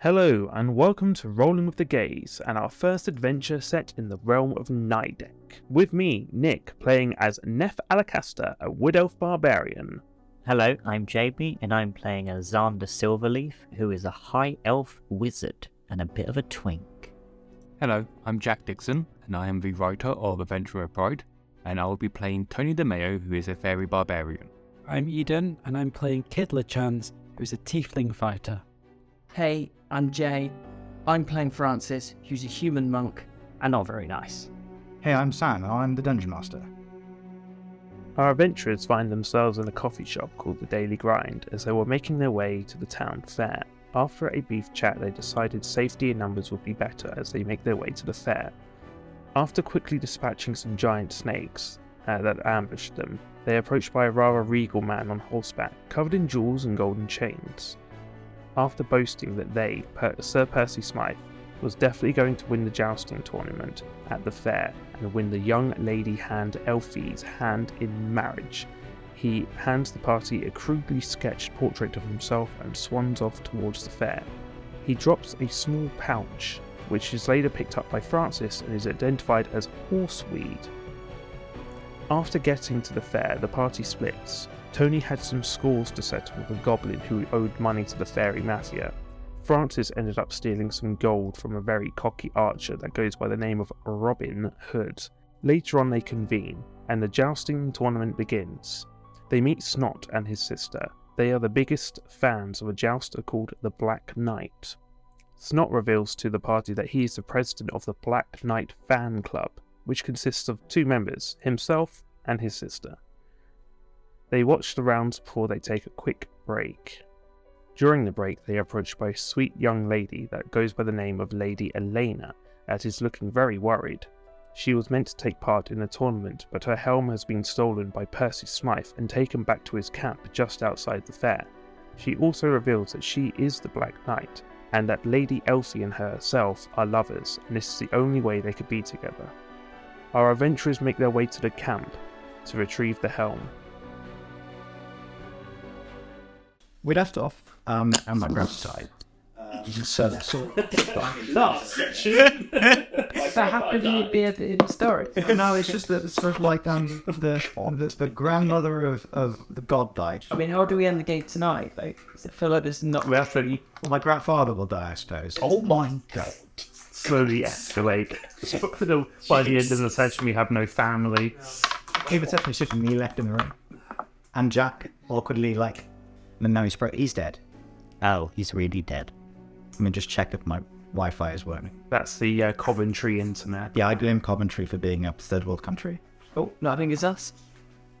Hello, and welcome to Rolling with the Gaze and our first adventure set in the realm of Nidec. With me, Nick, playing as Neph Alacaster, a Wood Elf Barbarian. Hello, I'm Jamie, and I'm playing as Xander Silverleaf, who is a high elf wizard and a bit of a twink. Hello, I'm Jack Dixon, and I am the writer of Adventurer Pride, and I will be playing Tony DeMeo, who is a fairy barbarian. I'm Eden, and I'm playing Kidla Chans, who's a tiefling fighter. Hey, I'm Jay. I'm playing Francis, who's a human monk and not very nice. Hey, I'm Sam, and I'm the Dungeon Master. Our adventurers find themselves in a coffee shop called the Daily Grind as they were making their way to the town fair. After a brief chat, they decided safety in numbers would be better as they make their way to the fair. After quickly dispatching some giant snakes uh, that ambushed them, they are approached by a rather regal man on horseback, covered in jewels and golden chains. After boasting that they, per- Sir Percy Smythe, was definitely going to win the jousting tournament at the fair and win the young lady hand Elfie's hand in marriage, he hands the party a crudely sketched portrait of himself and swans off towards the fair. He drops a small pouch, which is later picked up by Francis and is identified as horseweed. After getting to the fair, the party splits. Tony had some scores to settle with a goblin who owed money to the fairy mafia. Francis ended up stealing some gold from a very cocky archer that goes by the name of Robin Hood. Later on, they convene, and the jousting tournament begins. They meet Snot and his sister. They are the biggest fans of a jouster called the Black Knight. Snot reveals to the party that he is the president of the Black Knight Fan Club, which consists of two members, himself and his sister. They watch the rounds before they take a quick break. During the break, they are approached by a sweet young lady that goes by the name of Lady Elena, that is looking very worried. She was meant to take part in the tournament, but her helm has been stolen by Percy Smythe and taken back to his camp just outside the fair. She also reveals that she is the Black Knight, and that Lady Elsie and herself are lovers, and this is the only way they could be together. Our adventurers make their way to the camp to retrieve the helm. We left off um, on my grab side. so, so So how could you be at the end of the story? no, it's just that it's sort of like um, the, the the grandmother of, of the god died. I mean, how do we end the game tonight? Like, I feel like this is not. Well, slowly, Well, my grandfather will die, I suppose. Oh my god! slowly escalate. by the end of the session, we have no family. He was definitely shooting me left in the room, and Jack awkwardly like, and now he's pro- he's dead. Oh, he's really dead. I mean, just check if my Wi-Fi is working. That's the uh, Coventry internet. Yeah, I blame Coventry for being a third world country. Oh, no, I think it's us.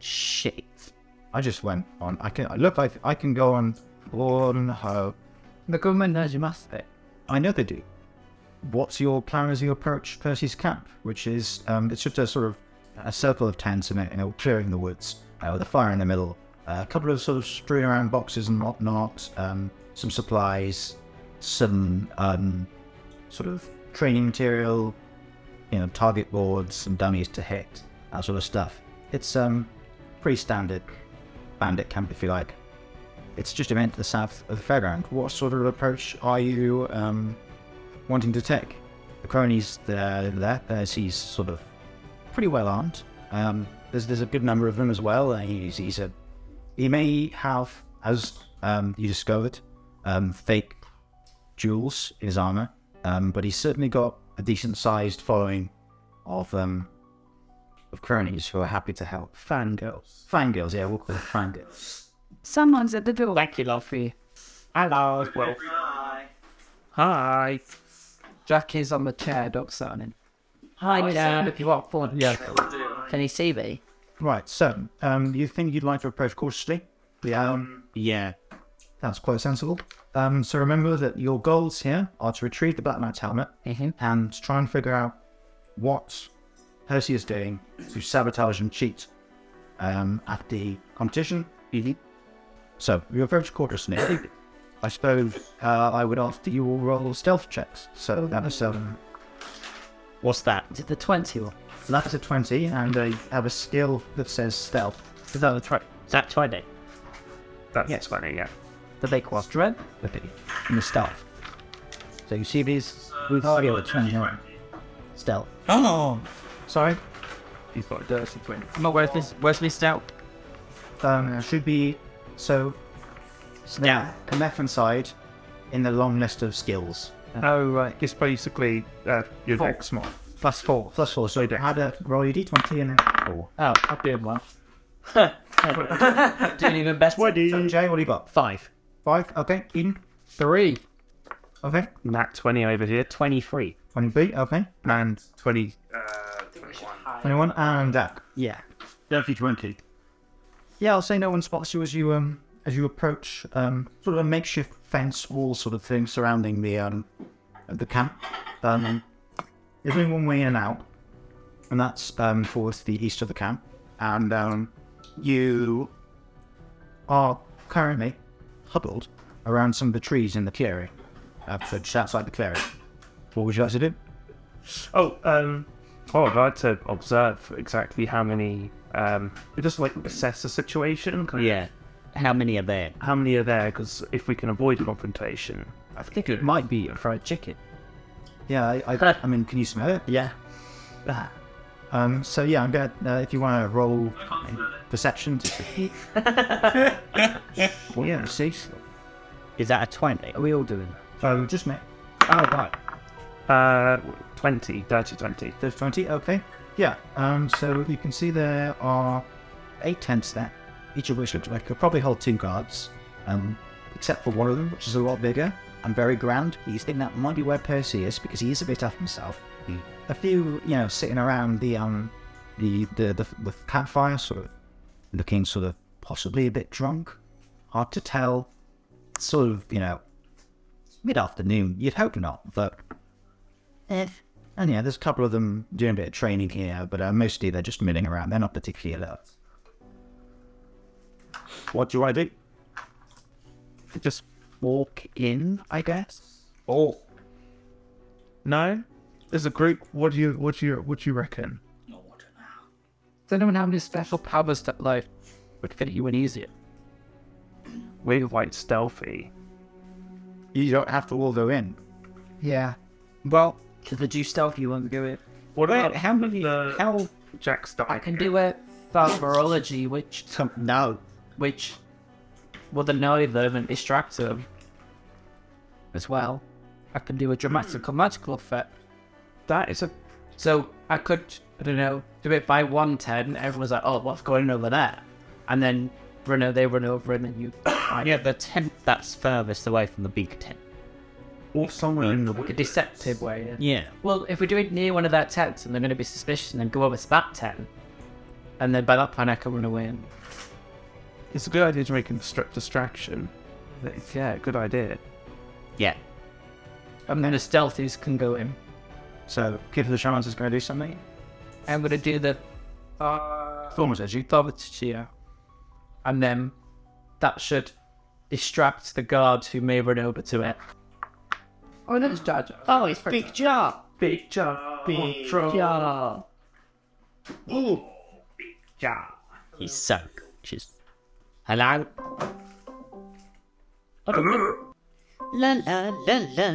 Shit. I just went on. I can look. I I can go on Pornhub. The government knows you must be. I know they do. What's your plan as you approach Percy's camp? Which is, um, it's just a sort of a circle of tents and a, and a clearing in the woods uh, with a fire in the middle, uh, a couple of sort of strewn around boxes and whatnot, um, some supplies, some um, sort of training material, you know, target boards, some dummies to hit, that sort of stuff. It's um, pretty standard bandit camp, if you like. It's just event to the south of the fairground. What sort of approach are you um, wanting to take. The cronies there, there Percy's sort of pretty well armed. Um, there's there's a good number of them as well. Uh, he's, he's a he may have, as um, you discovered, um, fake jewels in his armor, um, but he's certainly got a decent sized following of um, of cronies who are happy to help. Fangirls, fangirls, yeah, we'll call them fangirls. Someone's at the door. Thank you, Luffy. Hello. Well, Hi. Jack is on the chair, dog signing. Hi, Dad. If you want fun, yeah. Can you see me? Right, so um, you think you'd like to approach cautiously? Yeah, um, yeah, that's quite sensible. Um, so remember that your goals here are to retrieve the Black Knight's helmet and to try and figure out what Percy is doing to sabotage and cheat um, at the competition. So you approach cautiously. I suppose uh, I would ask that you all roll stealth checks. So that's um, what's that? Is it the 20 one? that's a twenty, and I have a skill that says stealth. Is that a threat? Is that Twenty? That's Yes. funny, yeah. The big one. Strength? the pity and the staff. So you see these? uh, We've already got a 29. Stealth. Oh, Sorry? He's got a dirty twin. Not where's this? Where's this stout? Um, should be. So. Now, Comethrin side in the long list of skills. Uh, Oh, right. It's basically uh, your dex mod. Plus four. Plus four. So you had to roll your d20 and then. Four. Oh, I'm doing well. Doing even better. So, Jay, what do you got? Five. Five. Okay. Eden. Three. Okay. Nat 20 over here, 23. 23. Okay. and 20. 21. And uh, Dak. Yeah. Dirty 20. Yeah, I'll say no one spots you as you um as you approach um sort of a makeshift fence wall sort of thing surrounding the um the camp. Um, there's only one way in and out, and that's um towards the east of the camp. And um, you are currently huddled around some of the trees in the clearing, uh, so just outside the clearing. What would you like to do? Oh, um, oh, I'd like to observe exactly how many. Um, just like assess the situation. kind of Yeah. How many are there? How many are there? Because if we can avoid confrontation, I think it might be a fried chicken. Yeah, I, I, I mean, can you smell it? Yeah. Um, so yeah, I'm gonna. Uh, if you want to roll perception, to well, yeah, see, Is that a 20? Are we all doing? um, just me. Oh right. Uh, 20, dirty 20. There's twenty. Okay, yeah. Um, so you can see there are eight tents there, each of which looks like could probably hold two guards, um, except for one of them, which is a lot bigger and very grand. You think that might be where Percy is because he is a bit up himself. A few, you know, sitting around the um, the the the, the campfire, sort of looking sort of possibly a bit drunk. Hard to tell. Sort of, you know, mid afternoon. You'd hope not, but. And yeah, there's a couple of them doing a bit of training here, but uh, mostly they're just milling around. They're not particularly alert. What do I do? Just walk in, I guess. Oh. No? As a group, what do you what do you what do you reckon? Does anyone have any special powers that like Would fit you in easier. We're quite stealthy. You don't have to all go in. Yeah. Well, to the juice stealth, you want to go in. What about how many? the- How Jack's I dying? can do a thermology, which No. which will annoy them and distract them as well. I can do a dramatical magical effect. That is a So I could, I don't know, do it by 110. Everyone's like, oh, what's going on over there? And then run over, they run over, and then you. Yeah, the tent that's furthest away from the big tent. or somewhere in the Like a deceptive way. Yeah. Well, if we do it near one of their tents and they're going to be suspicious and then go over to that tent, and then by that point I can run away and. It's a good idea to make a distra- distraction. It's- Yeah, good idea. Yeah. And then the stealthies can go in. So, Kid of the Shamans is going to do something. I'm going to do the Almost as you. Dovitchia. And then that should distract the guards who may run over to it. Oh, that's Jar Oh, it's Big Jar! Big job. Big Jar. He's so gorgeous. Hello? La la la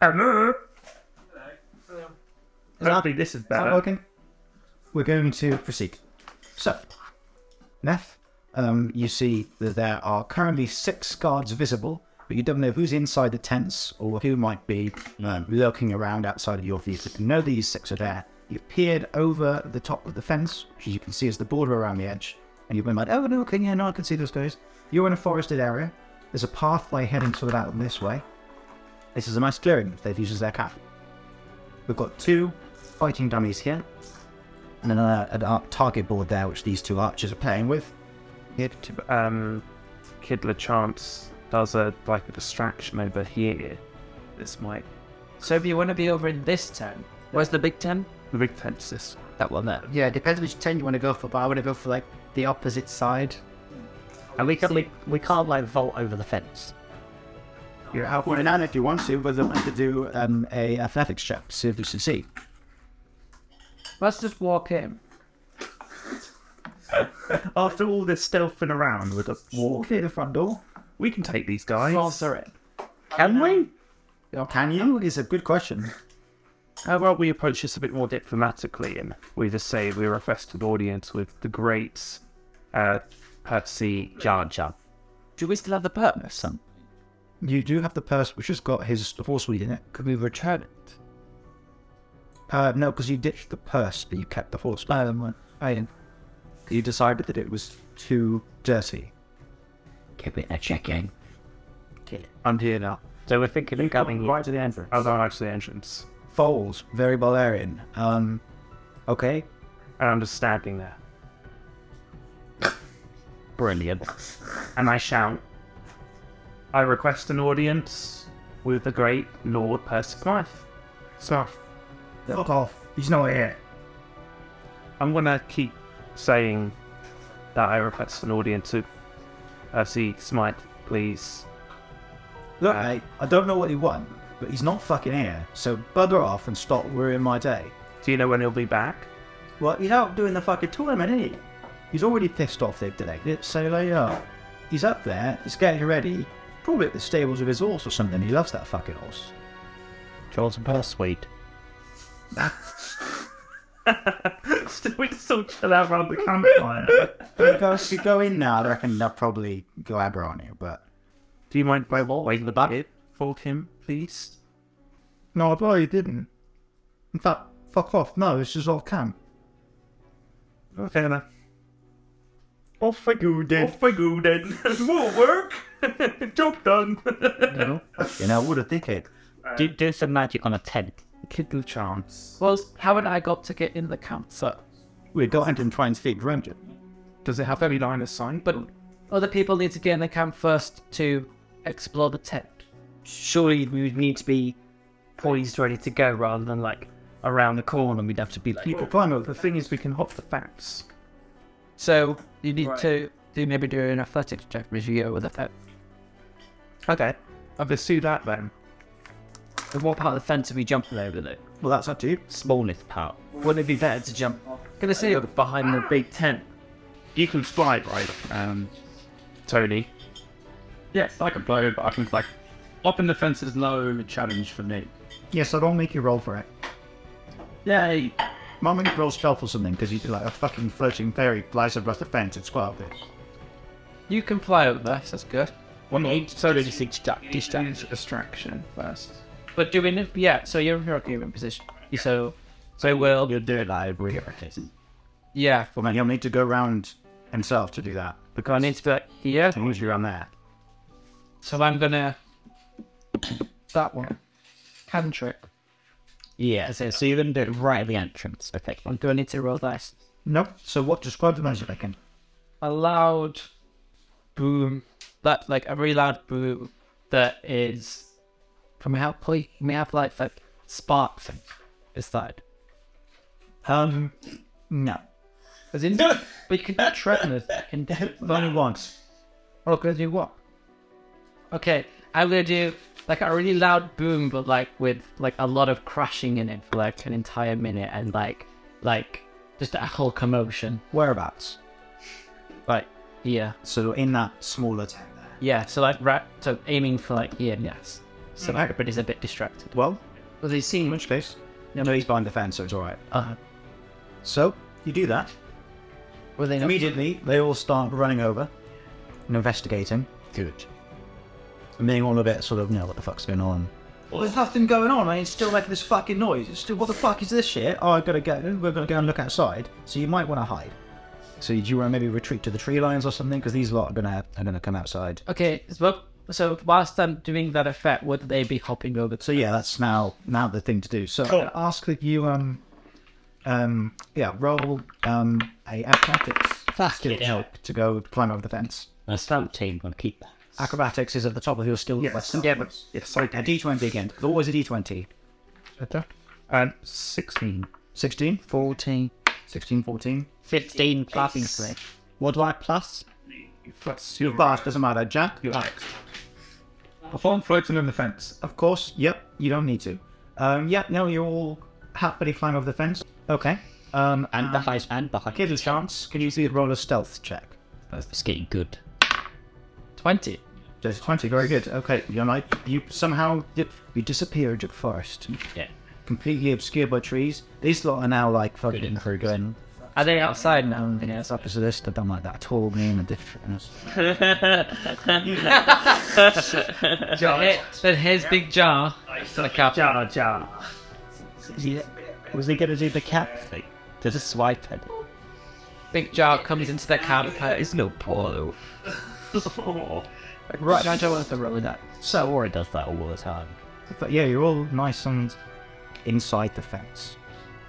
la. Lovely, this is better. Okay. We're going to proceed. So, Neff, um, you see that there are currently six guards visible, but you don't know who's inside the tents or who might be um, lurking around outside of your view. But you know these six are there. You've peered over the top of the fence, which you can see is the border around the edge, and you've been like, oh, look, yeah, no, I can see those guys. You're in a forested area. There's a pathway heading sort of out this way. This is a nice clearing that they've used as their camp. We've got two fighting dummies here, and then uh, an ar- target board there, which these two archers are playing with. It, um, Kid LaChance does a like a distraction over here. This might So if you want to be over in this tent, where's the big tent? the big tent system. That one there. Yeah, it depends which tent you want to go for, but I want to go for like the opposite side. And we can we, we can't like vault over the fence. You're halfway down if you want to, but they want to do um, a athletics check to see if you succeed. Let's just walk in. After all this stealthing around with a walk, Walk through the front door. we can take these guys. Saucer it. Can we? Can you? Is a good question. How about Uh, we approach this a bit more diplomatically and we just say we request an audience with the great uh, Percy Jar Jar? Do we still have the purpose, son? You do have the purse which has got his horse weed in it. Could we return it? Uh, no, because you ditched the purse, but you kept the horse. Oh, then what? I didn't. You decided that it was too dirty. Give it a check in. I'm here now. So we're thinking of coming Right to the entrance. As I to the entrance. Foals, very Balerian. Um, okay. And I'm just standing there. Brilliant. And I shout, I request an audience with the great Lord Percy Smythe. So, fuck off. He's not here. I'm going to keep saying that I request an audience with Percy Smythe, please. Uh, Look, mate, I don't know what he won, but he's not fucking here. So bugger off and stop ruining my day. Do you know when he'll be back? Well, he's out doing the fucking tournament, isn't he? He's already pissed off they've delayed it, so like, yeah. He's up there, he's getting ready. Probably at the stables with his horse or something. He loves that fucking horse. Charles and Persuade. Still, we still chill out around the campfire. But go, if you go in now, I reckon they'll probably glabber on you, but. Do you mind if I walk in the bucket for him, please? No, I probably didn't. In fact, fuck off. No, this is all camp. Okay, enough. Off I go then. Off I go then. More work. Job done. You know, what a dickhead. Do, do some magic on a tent. Kittle chance. Well, haven't I got to get in the camp, sir? We got into and try and speak around you. Does it have any line of sight? But other people need to get in the camp first to explore the tent. Surely we would need to be poised, ready to go, rather than like around the corner. We'd have to be like. Well, Plano, the thing is, we can hop the facts. So you need to do maybe do an athletics check as you go with the fence. Okay. I'll pursue that then. And what part of the fence are we jumping over though? Well, that's up to you. Smallest part. Wouldn't it be better to jump Gonna see behind the big tent? You can fly, right? Um, Tony. yes, I can blow, but I can like hopping the fence is no challenge for me. Yes, I don't make you roll for it. Yay! Mum and roll stealth or something because he's like a fucking floating fairy flies across the fence. It's quite up there. You can fly over there, so that's good. One eight, so did you Distract. Distraction first. But do we need yeah, so you're in your agreement position. So so we'll You'll do it live. We're here. yeah. Well, man, he'll need to go round himself to do that. Look, I need to be like, Yeah. Once you're on there. So I'm gonna that one. Hand trick. Yeah, so, so you're going to do it right at the entrance. Okay. I'm gonna need to roll dice. Nope. So what? Describe the magic again. a loud boom, that like a really loud boom that is from how play may have like like sparks. Is that? Um, no. As in, but you can threaten it. You can Only once. Oh, gonna do what? Okay, I'm gonna do like a really loud boom, but like with like a lot of crashing in it for like an entire minute, and like like just a whole commotion. Whereabouts? Like yeah, So in that smaller tent there. yeah. So like right, so aiming for like yeah, yes. So everybody's a bit distracted. Hmm. Well, Well, they seem in which case, no, he's behind the fence, so it's all right. Uh, So you do that. were they not? Immediately, they all start running over and investigating. Good. And being all a bit sort of, you know, what the fuck's going on? Well, there's nothing going on. I mean, it's still making this fucking noise. It's still, what the fuck is this shit? Oh, I've got to go. We're going to go and look outside. So you might want to hide. So do you want to maybe retreat to the tree lines or something? Because these lot are going to are going to come outside. okay, so, so whilst I'm doing that effect, would they be hopping over? So yeah, that's now now the thing to do. So i ask that you um um yeah roll um a athletics skill check to go climb over the fence. A stamp team, going to keep that. Acrobatics is at the top of your skill list. Yeah, but Yes, I a D twenty again. There's always a D twenty. And 16. 16? 14. 16, 14. 15 plus. What do I plus? Plus Your pass doesn't matter. Jack? Perform floating on the fence. Of course. Yep. You don't need to. Um, yeah, no, you're all happily climb over the fence. Okay. Um, and And the high and the high. Kittle Chance, can you see roll a stealth check? It's getting good. Twenty. There's 20, very good. Okay, you know, you somehow di- you disappeared at first. Yeah. Completely obscured by trees. These lot are now like fucking intrigue. going. Are they outside now? Yeah, it's opposite this. They don't like that at all. Me and the difference. Then here- Then here's Big Jar. The cap. Jar Jar. Was he going to do the cat thing? Did a swipe at it? Big Jar comes into the camp. It's no Paulo. Right, I don't want to roll that. Saori does that all the time. But yeah, you're all nice and inside the fence,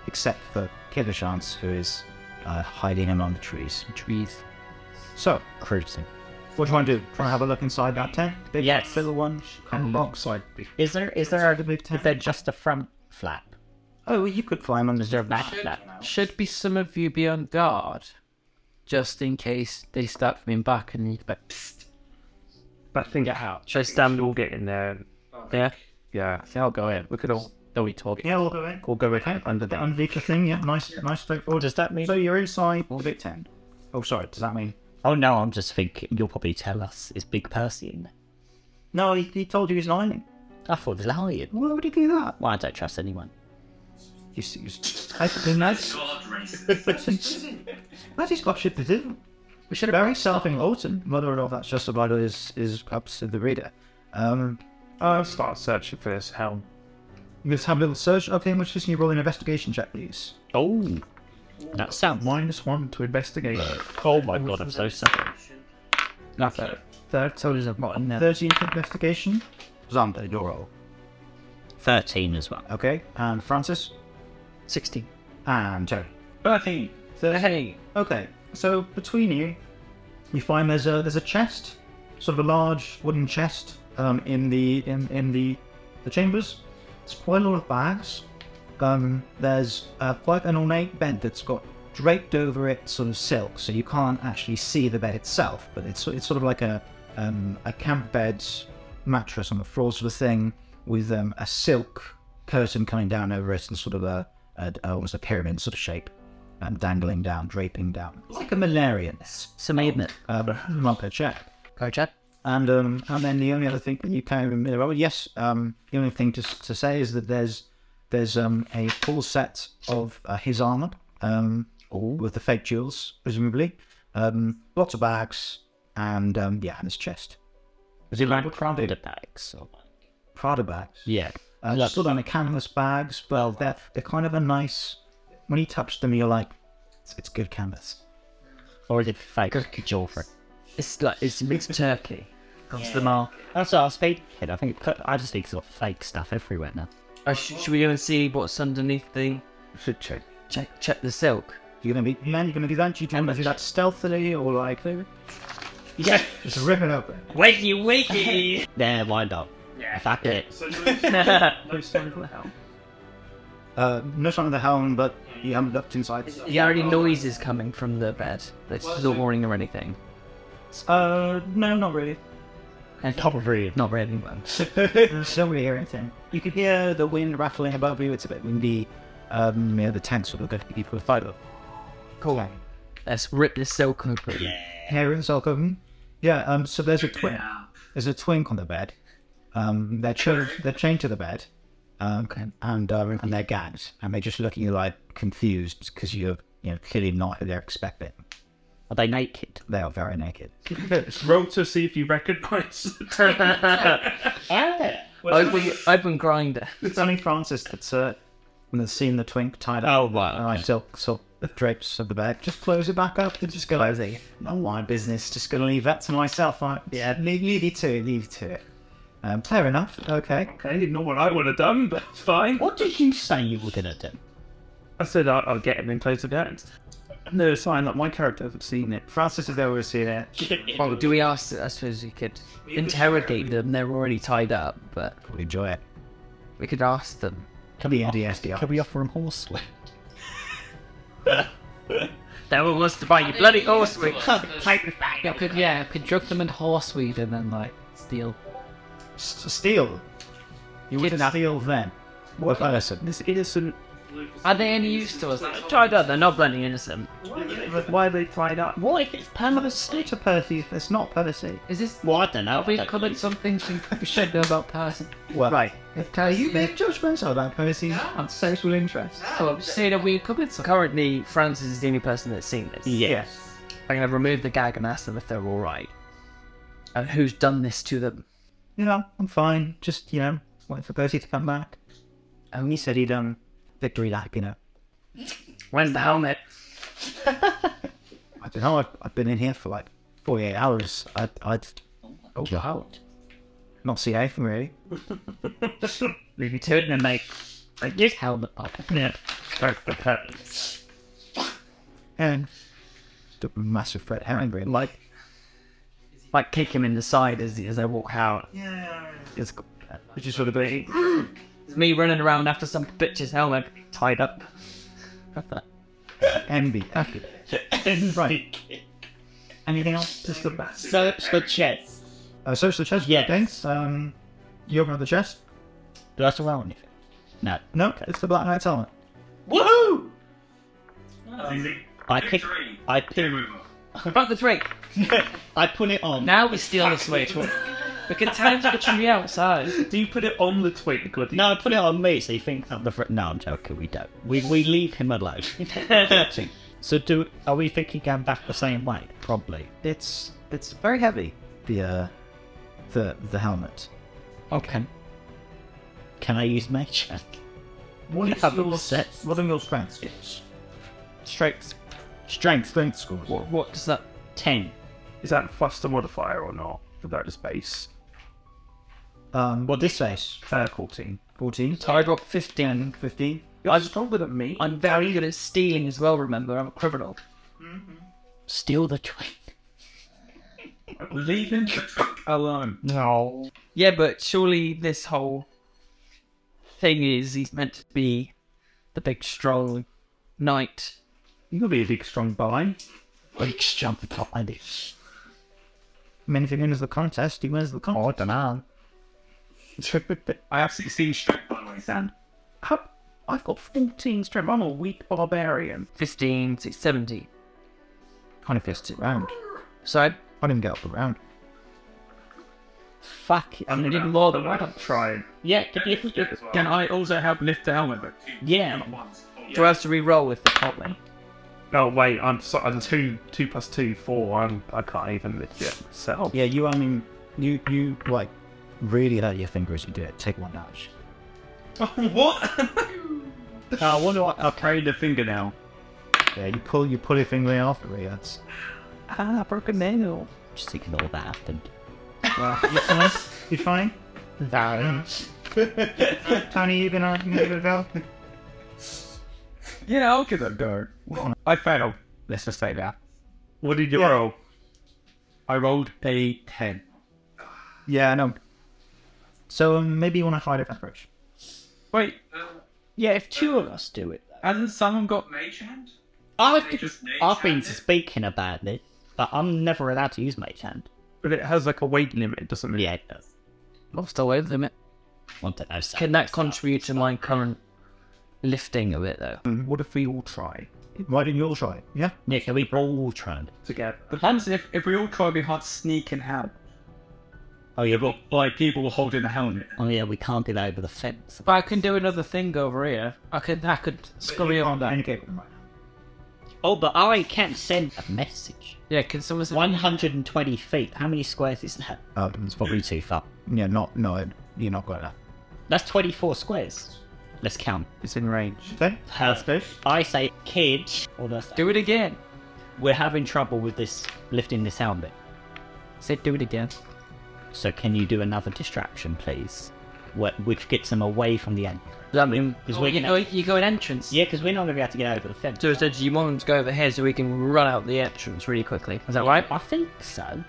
except for Killer Chance, who is uh, hiding among the trees. Trees. So, Cruising. what do you want to do? Try and have a look inside that tent? Big Yes. Little one. Come alongside. Is there is there The a, big tent. is there just a front flap? Oh, well, you could climb under Is there a there. back flap? Should be some of you be on guard, just in case they start coming back and you like, psst, But I think get out. should I stand? We'll get in there. and- Yeah. Yeah, Yeah, I'll go in. We could all though we talk. Yeah, we'll go in. We'll go with him under the underneath the thing. Yeah, nice, nice straightforward. Does that mean? So you're inside the big tent. Oh, sorry. Does that mean? Oh no, I'm just thinking. You'll probably tell us is Big Percy in? there? No, he, he told you he's lying. I thought it was lying. Why would he do that? Why I don't trust anyone. He's, he's, I think that's. That he's got shit to do. We should have very self important. Whether or not that's just about it is is up to the reader. Um, I'll start searching for this helm. let's have a little search of him, which is you roll an investigation check, please. Oh, that sounds. Minus one to investigate. Oh my god, I'm so sorry. Nothing. Third, so there's a bottom there. Thirteenth investigation. Xander, your roll. Thirteen as well. Okay, and Francis 16. and Terry. Bertie, Hey, Okay, so between you, you find there's a there's a chest, sort of a large wooden chest um, in the in, in the the chambers. There's quite a lot of bags. Um, there's uh, quite an ornate bed that's got draped over it sort of silk, so you can't actually see the bed itself, but it's it's sort of like a um, a camp bed mattress on the floor sort of thing with um, a silk curtain coming down over it and sort of a, a almost a pyramid sort of shape and dangling down, draping down, like a malarian. So maybe. Um, marker check. Go, Chad. And um, and then the only other thing that you can remember, well, yes, um, the only thing to, s- to say is that there's there's um, a full set of uh, his armor um, with the fake jewels, presumably, um, lots of bags, and um, yeah, and his chest. Was it like Prada bags? Or... Prada bags. Yeah. Uh, they're still on the canvas bags, but they're, they're kind of a nice. When you touch them, you're like, it's, it's good canvas. Or is it fake? Jawfrey. It's like, it's mixed turkey. Comes to the Oh, mark. That's what I was thinking. I think I just think it's got fake stuff everywhere now. Oh, sh- should we go and see what's underneath the. Should check. Check check the silk. You're gonna be man. You're gonna do that. Do you want to do that stealthily or like Yeah. just rip it open? Wakey, wakey. nah, why not? Yeah. Fuck it. Uh, no sign of the helm, but you haven't looked inside. You hear any noises coming from the bed? It's not warning or anything. Uh, no, not really. And top of read. Not really. but- Don't really hear anything. You can hear the wind rattling above you. It's a bit windy. Um, yeah, the tent sort of going to people a fight. Cool. Let's rip this silk open. Hair and silk open. Yeah. Um. So there's a twin. There's a twink on the bed. Um. They're chained. They're chained to the bed. Um. And um, and they're gagged, and they're just looking at you like confused because you're you know clearly not who they're expecting. Are they naked? They are very naked. roll to see if you recognise. open, open grinder. It's only Francis that's uh, when they've seen the twink tied up. Oh, wow. All right, so so the drapes of the bed. Just close it back up and just go. Close it. Not my business. Just gonna leave that to myself. I, yeah, leave, leave it to it. Leave it to it. Um, fair enough. Okay. I didn't know what I would have done, but it's fine. What did you say you were gonna do? I said I'll, I'll get him in close against. No it's fine that my character hasn't seen it. Francis has never seen it. Do we ask? I suppose we could interrogate them. They're already tied up, but Probably enjoy it. we could ask them. Can be NDSDR. Can we offer him horsewhip? No one wants to buy your bloody horse. Yeah, I could yeah, I could drug them in horseweed and then like steal. S- steal. You wouldn't steal them. What person? This innocent Are they any use to us? Tried up, they're not bloody innocent. Why are they tied up? What if it's Percy to Percy if it's not Percy? Is this. Well, I don't know. Have we covered some things we should know about Percy? Well, Right. Are you being judgmental about Percy's No. social interests? No, I'm saying that we covered some. Currently, Francis is the only person that's seen this. Yes. I'm going to remove the gag and ask them if they're alright. And who's done this to them? You know, I'm fine. Just, you know, wait for Percy to come back. And he said he'd done victory lap, you know. When's the helmet? I don't know, I've, I've been in here for like 48 hours. I, I, oh, wow. Not see anything really. Leave me to it and then make Like, just helmet up. yeah. Sorry for that. And the massive Fred Herring, like, Like, kick him in the side as, as I walk out. Yeah. It's, which is sort of big. it's me running around after some bitch's helmet tied up. Envy. right. Anything else? Just the Search the chest. uh, social chest. Yes. Thanks. Um, you open up the chest. Do I surround anything? No. No, it's the Black Knight's helmet. Woohoo! I pick. I pin. About the drink. I put it on. Now we steal this way to We can tell him to get me outside. Do you put it on the twink? Or no, I put it on me, so he thinks I'm the friend. No, I'm joking. We don't. We we leave him alone. so do are we thinking going back the same way? Probably. It's it's very heavy. The uh, the the helmet. Okay. Can I use my check? What is your- What are your strengths? Strength. Strength. Strength scores. What? What does that? Ten. Is that plus the modifier or not? Without the space. Um, What this face? Uh, 14. 14, I dropped 15. 15. You're stronger than me. I'm very good at stealing as well, remember? I'm a criminal. Steal the twink. Leave him alone. No. Yeah, but surely this whole thing is he's meant to be the big strong knight. You're gonna be a big strong boy. Let's jump the top and it. I mean, if he wins the contest, he wins the Oh, I contest. don't know. I have 16 strength by the way, Sam. How- I've got 14 strength. I'm a weak barbarian. 15, 16, 17. Can't even get it round. So I, Can't even get up the round. Fuck. it. I did more than what I'm Trying. Yeah. Can you? Can I also help lift the helmet? Yeah. Oh, Do I have to re-roll with the top one? No, wait. I'm so, I'm two two plus two four. I'm I can't even lift it myself. Yeah, you, I mean, you, you, like, really hurt your finger as you do it. Take one notch. I wonder what I carry the fingernail. Yeah, you pull, you pull your finger off. Really, that's Ah, broken nail. Just ignore that happened. You fine? Tony, you been arguing with Val? Yeah, I'll give it a go. I failed. Let's just say that. What did you oh. roll? I rolled a ten. Yeah, I know. So um, maybe you want to hide it from approach. Wait, Yeah, if two of us do it. hasn't someone got mage I've, I've been speaking about it, but I'm never allowed to use Mage Hand. But it has like a weight limit, doesn't it? Yeah, it does. Lost away with limit. I don't know. so- Can that contribute to my current lifting a bit though? What if we all try Why didn't you all try it? Yeah. Yeah, can we all try and... together? The plan is if, if we all try, we hard sneaking out. Oh, yeah, but... Like people holding the helmet. Oh, yeah, we can't get over the fence. But I can do another thing over here. I could I could scurry on that. Communicate with them right now. Oh, but I can send a message. Yeah, can someone say 120 feet. How many squares is that? Oh, it's Probably too far. Yeah, not no. You're not going to. That's 24 squares. Let's count. It's in range. Okay. Perfect. I say, kid, or do I say- do it again? we're having trouble with this, lifting this helmet. Say do it again. So can you do another distraction, please? Wh- Which gets them away from the end. That mean Because oh, we're you gonna- know you go an entrance. Yeah, because we're not going to be able to get over the fence. So I said, do you want them to go over here so we can run out the entrance really quickly? Is that right? I think so.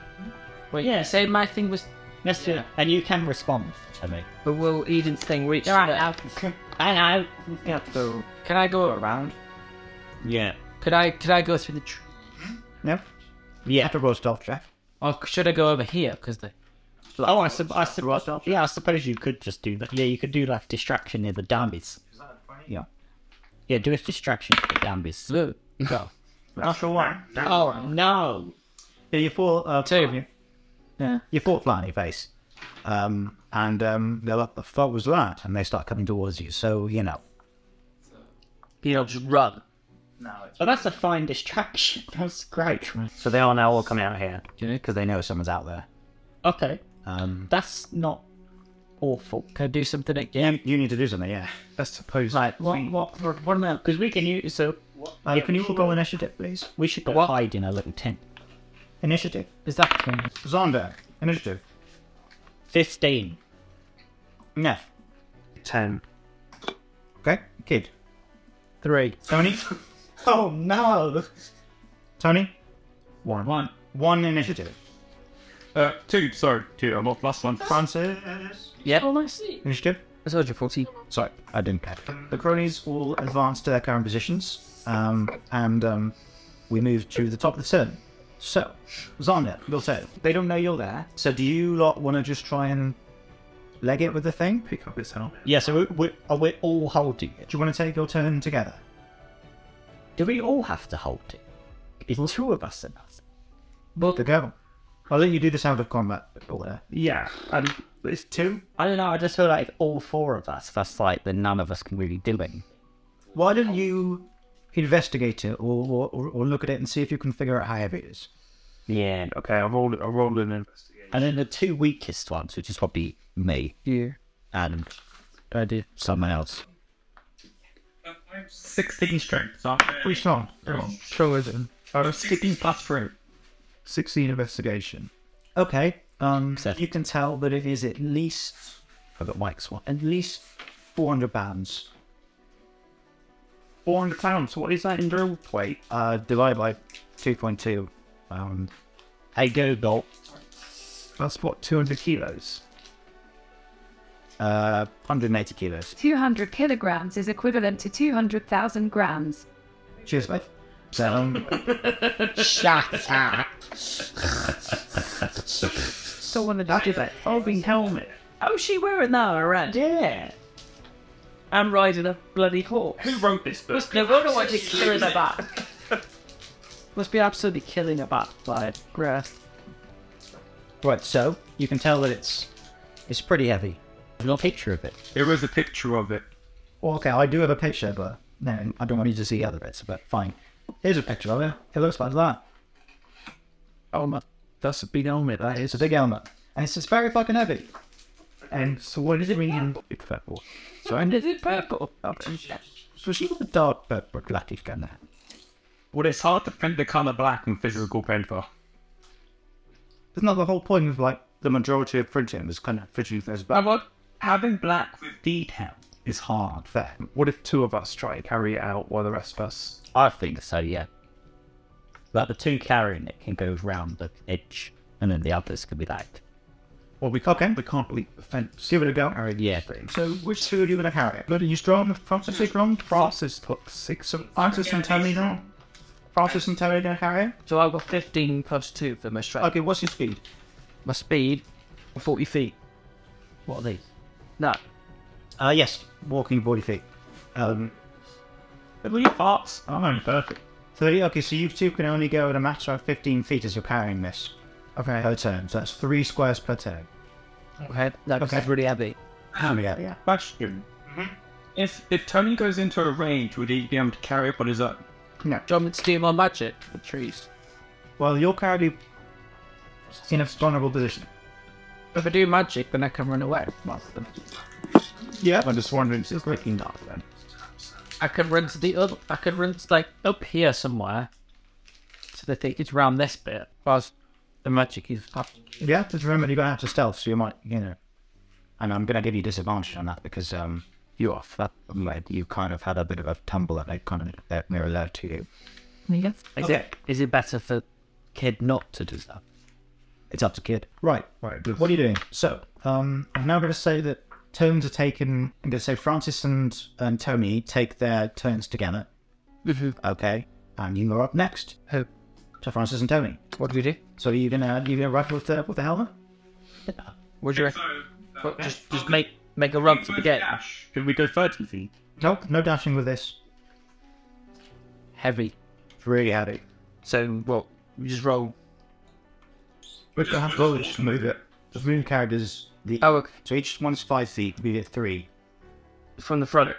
Wait, Yeah. Say my thing was, Let's do it. And you can respond to me. but will Eden's thing reach? Right, I know. Yeah. Can I go around? Yeah. Could I? Could I go through the tree? No. Yeah. After roll stealth check. Or should I go over here? Because the Oh, I, sub- I sub- yeah, I suppose you could just do that. Yeah, you could do like distraction near the dummies. Yeah. Yeah, do a distraction for Gambis. Go. Natural one. Oh, no. Yeah, you fall. Uh, Two of you. Yeah, you fall flat on your face. Um, and um, they're like, the fuck was that? And they start coming towards you. So, you know. You know, just run. Oh, that's a fine distraction. That's great. So they are now all coming out here. Because they know someone's out there. Okay, Um, that's not awful. Can I do something again? yeah, you need to do something, yeah. That's supposed. Like, Uh, what, what, what, what am I? Because we can use so. What, Uh, can you all go initiative, please? We should go hide in a little tent. Initiative. Is that Zonda, initiative. Fifteen. Yeah. 10. Okay, kid. Three. Tony? Oh no! Tony? One. One. One initiative. Uh, two. Sorry, two. I'm off last one. Francis? Yep. Initiative? I told you 40. Sorry, I didn't catch. The cronies all advance to their current positions, um, and um, we move to the top of the turn. So, Zonda, will say they don't know you're there. So, do you lot want to just try and leg it with the thing? Do Pick up his helmet. Yeah, so we, we, are we all holding it? you want to take your turn together? Do we all have to hold it? Is two of us enough? The girl. I'll let you do this out of combat. All there. Yeah, and it's two. I don't know. I just feel like if all four of us. That's like then none of us can really do it. Why don't you investigate it or, or- or, or look at it and see if you can figure out how heavy it is? Yeah, Okay, I rolled, I rolled an investigation. and then the two weakest ones, which is probably me You. and I did. someone else. Sixteen strength. So Which one? Show us in. Sixteen plus three. Sixteen investigation. Okay. Um, Seth. you can tell that it is at least I've got Mike's one. at least four hundred pounds. Four hundred pounds. What is that in drill plate? Uh, divided by two point two. Um, Hey Google, That's what two hundred kilos. uh, 180 kilos. 200 kilograms is equivalent to 200,000 grams. Cheers, mate. So, um, shut up. So when the doctor's like, oh, being helmet. Oh, she wearing that around? Yeah. I'm riding a bloody horse. Who wrote this book? No wonder why she's killing her back. Must be absolutely killing her back by grass. right, so you can tell that it's it's pretty heavy. I've got a picture of it. There is a picture of it. Well, okay, I do have a picture, but no, I don't want you to see other bits. But fine, here's a picture of it. It looks like that. Oh my, that's a big helmet. That It's a big helmet, and it's just very fucking heavy. And so what does it mean? Big fat boy. So, Is it purple? Oh, so she got a dark purple glatty gun there. Well, it's hard to print the color black on physical paper. Isn't that the whole point of like the majority of printing was kind of printing things back? what? Having black with detail. It's hard there. What if two of us try to carry it out while the rest of us? I think so, yeah. But the two carrying it can go round the edge, and then the others can be like, Well, we can't. We can't leap the fence. give it a go. yeah, So, which two are you going to carry? But are you strong? Francis, you strong? Francis took six of Francis and Tony, no. Francis and Tony, don't carry it. So I've got 15 plus 2 for my strength. Okay, what's your speed? My speed, 40 feet. What are these? No. Uh, yes, walking 40 feet. Um, What are your thoughts? I'm perfect. 30, okay, so you two can only go at a matter of 15 feet as you're carrying this Okay. per turn. So that's three squares per turn. Okay. No, 'cause Okay. it's really heavy. Oh, yeah. Mm-hmm. yeah. Question. If if Tony goes into a range, would he be able to carry it on his own? No. Do you want me to do my magic? The trees. Well, you're currently in a vulnerable position. If I do magic, then I can run away. Yeah. I'm just wondering if it's looking dark then. I can run to the other. I can run to, like up here somewhere. So they think it's round this bit. Whilst the magic is up. Yeah, just remember you're going to have to stealth, so you might, you know. And I'm going to give you disadvantage on that because um, you are fat, like, you kind of had a bit of a tumble and they kind of that mirror allowed to you. Yes. Is it is it better for kid not to do that? It's up to kid. Right. Right. What are you doing? So, um, I'm now going to say that turns are taken. I'm going to say Francis and, and Tony take their turns together. Okay. And you are up next. Who? So Francis and Tony. What do we do? So you're gonna you gonna run with the with the helmet? What do you reckon? What, just, just make make a run for the gate. Should we go 30 feet? Nope. No dashing with this. heavy. It's really heavy. So, well, we just roll. We don't have to roll, just move it. Just move the characters. The, oh, okay. So each one's five feet, we get three. From the front.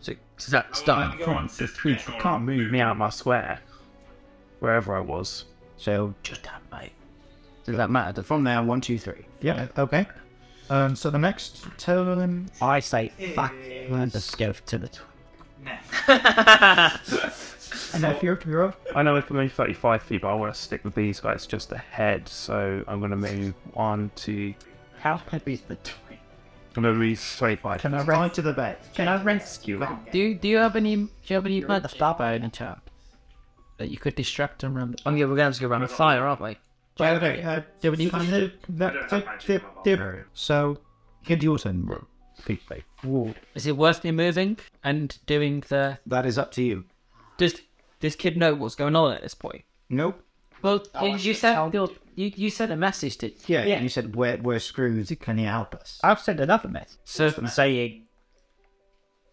So, does that start? can't move me out of my square. Wherever I was. So just that, mate. Does that matter? From there, one, two, three. Yeah, okay. Um, so the next turn. I say, fuck it, let's go to the. Tw- And if you're, you're up. I know I can move 35 feet, but I want to stick with these guys just ahead, so I'm going to move one, two. How heavy is the twin? I'm going to move 25. Can I ride to the bed? Can I rescue him? Do you, do you have any? Do you have any magic by any chance that you could distract them around? The, oh yeah, we're going to go around the fire, aren't we? Well, okay, uh, Do we need- that- that- that- that- So, get your turn, bro. Feedback. Is it worth me moving and doing the? That is up to you. Does this kid know what's going on at this point? Nope. Well, you sent you, you sent a message to Yeah, you said we're, we're screwed. Can you help us? I've sent another message So- saying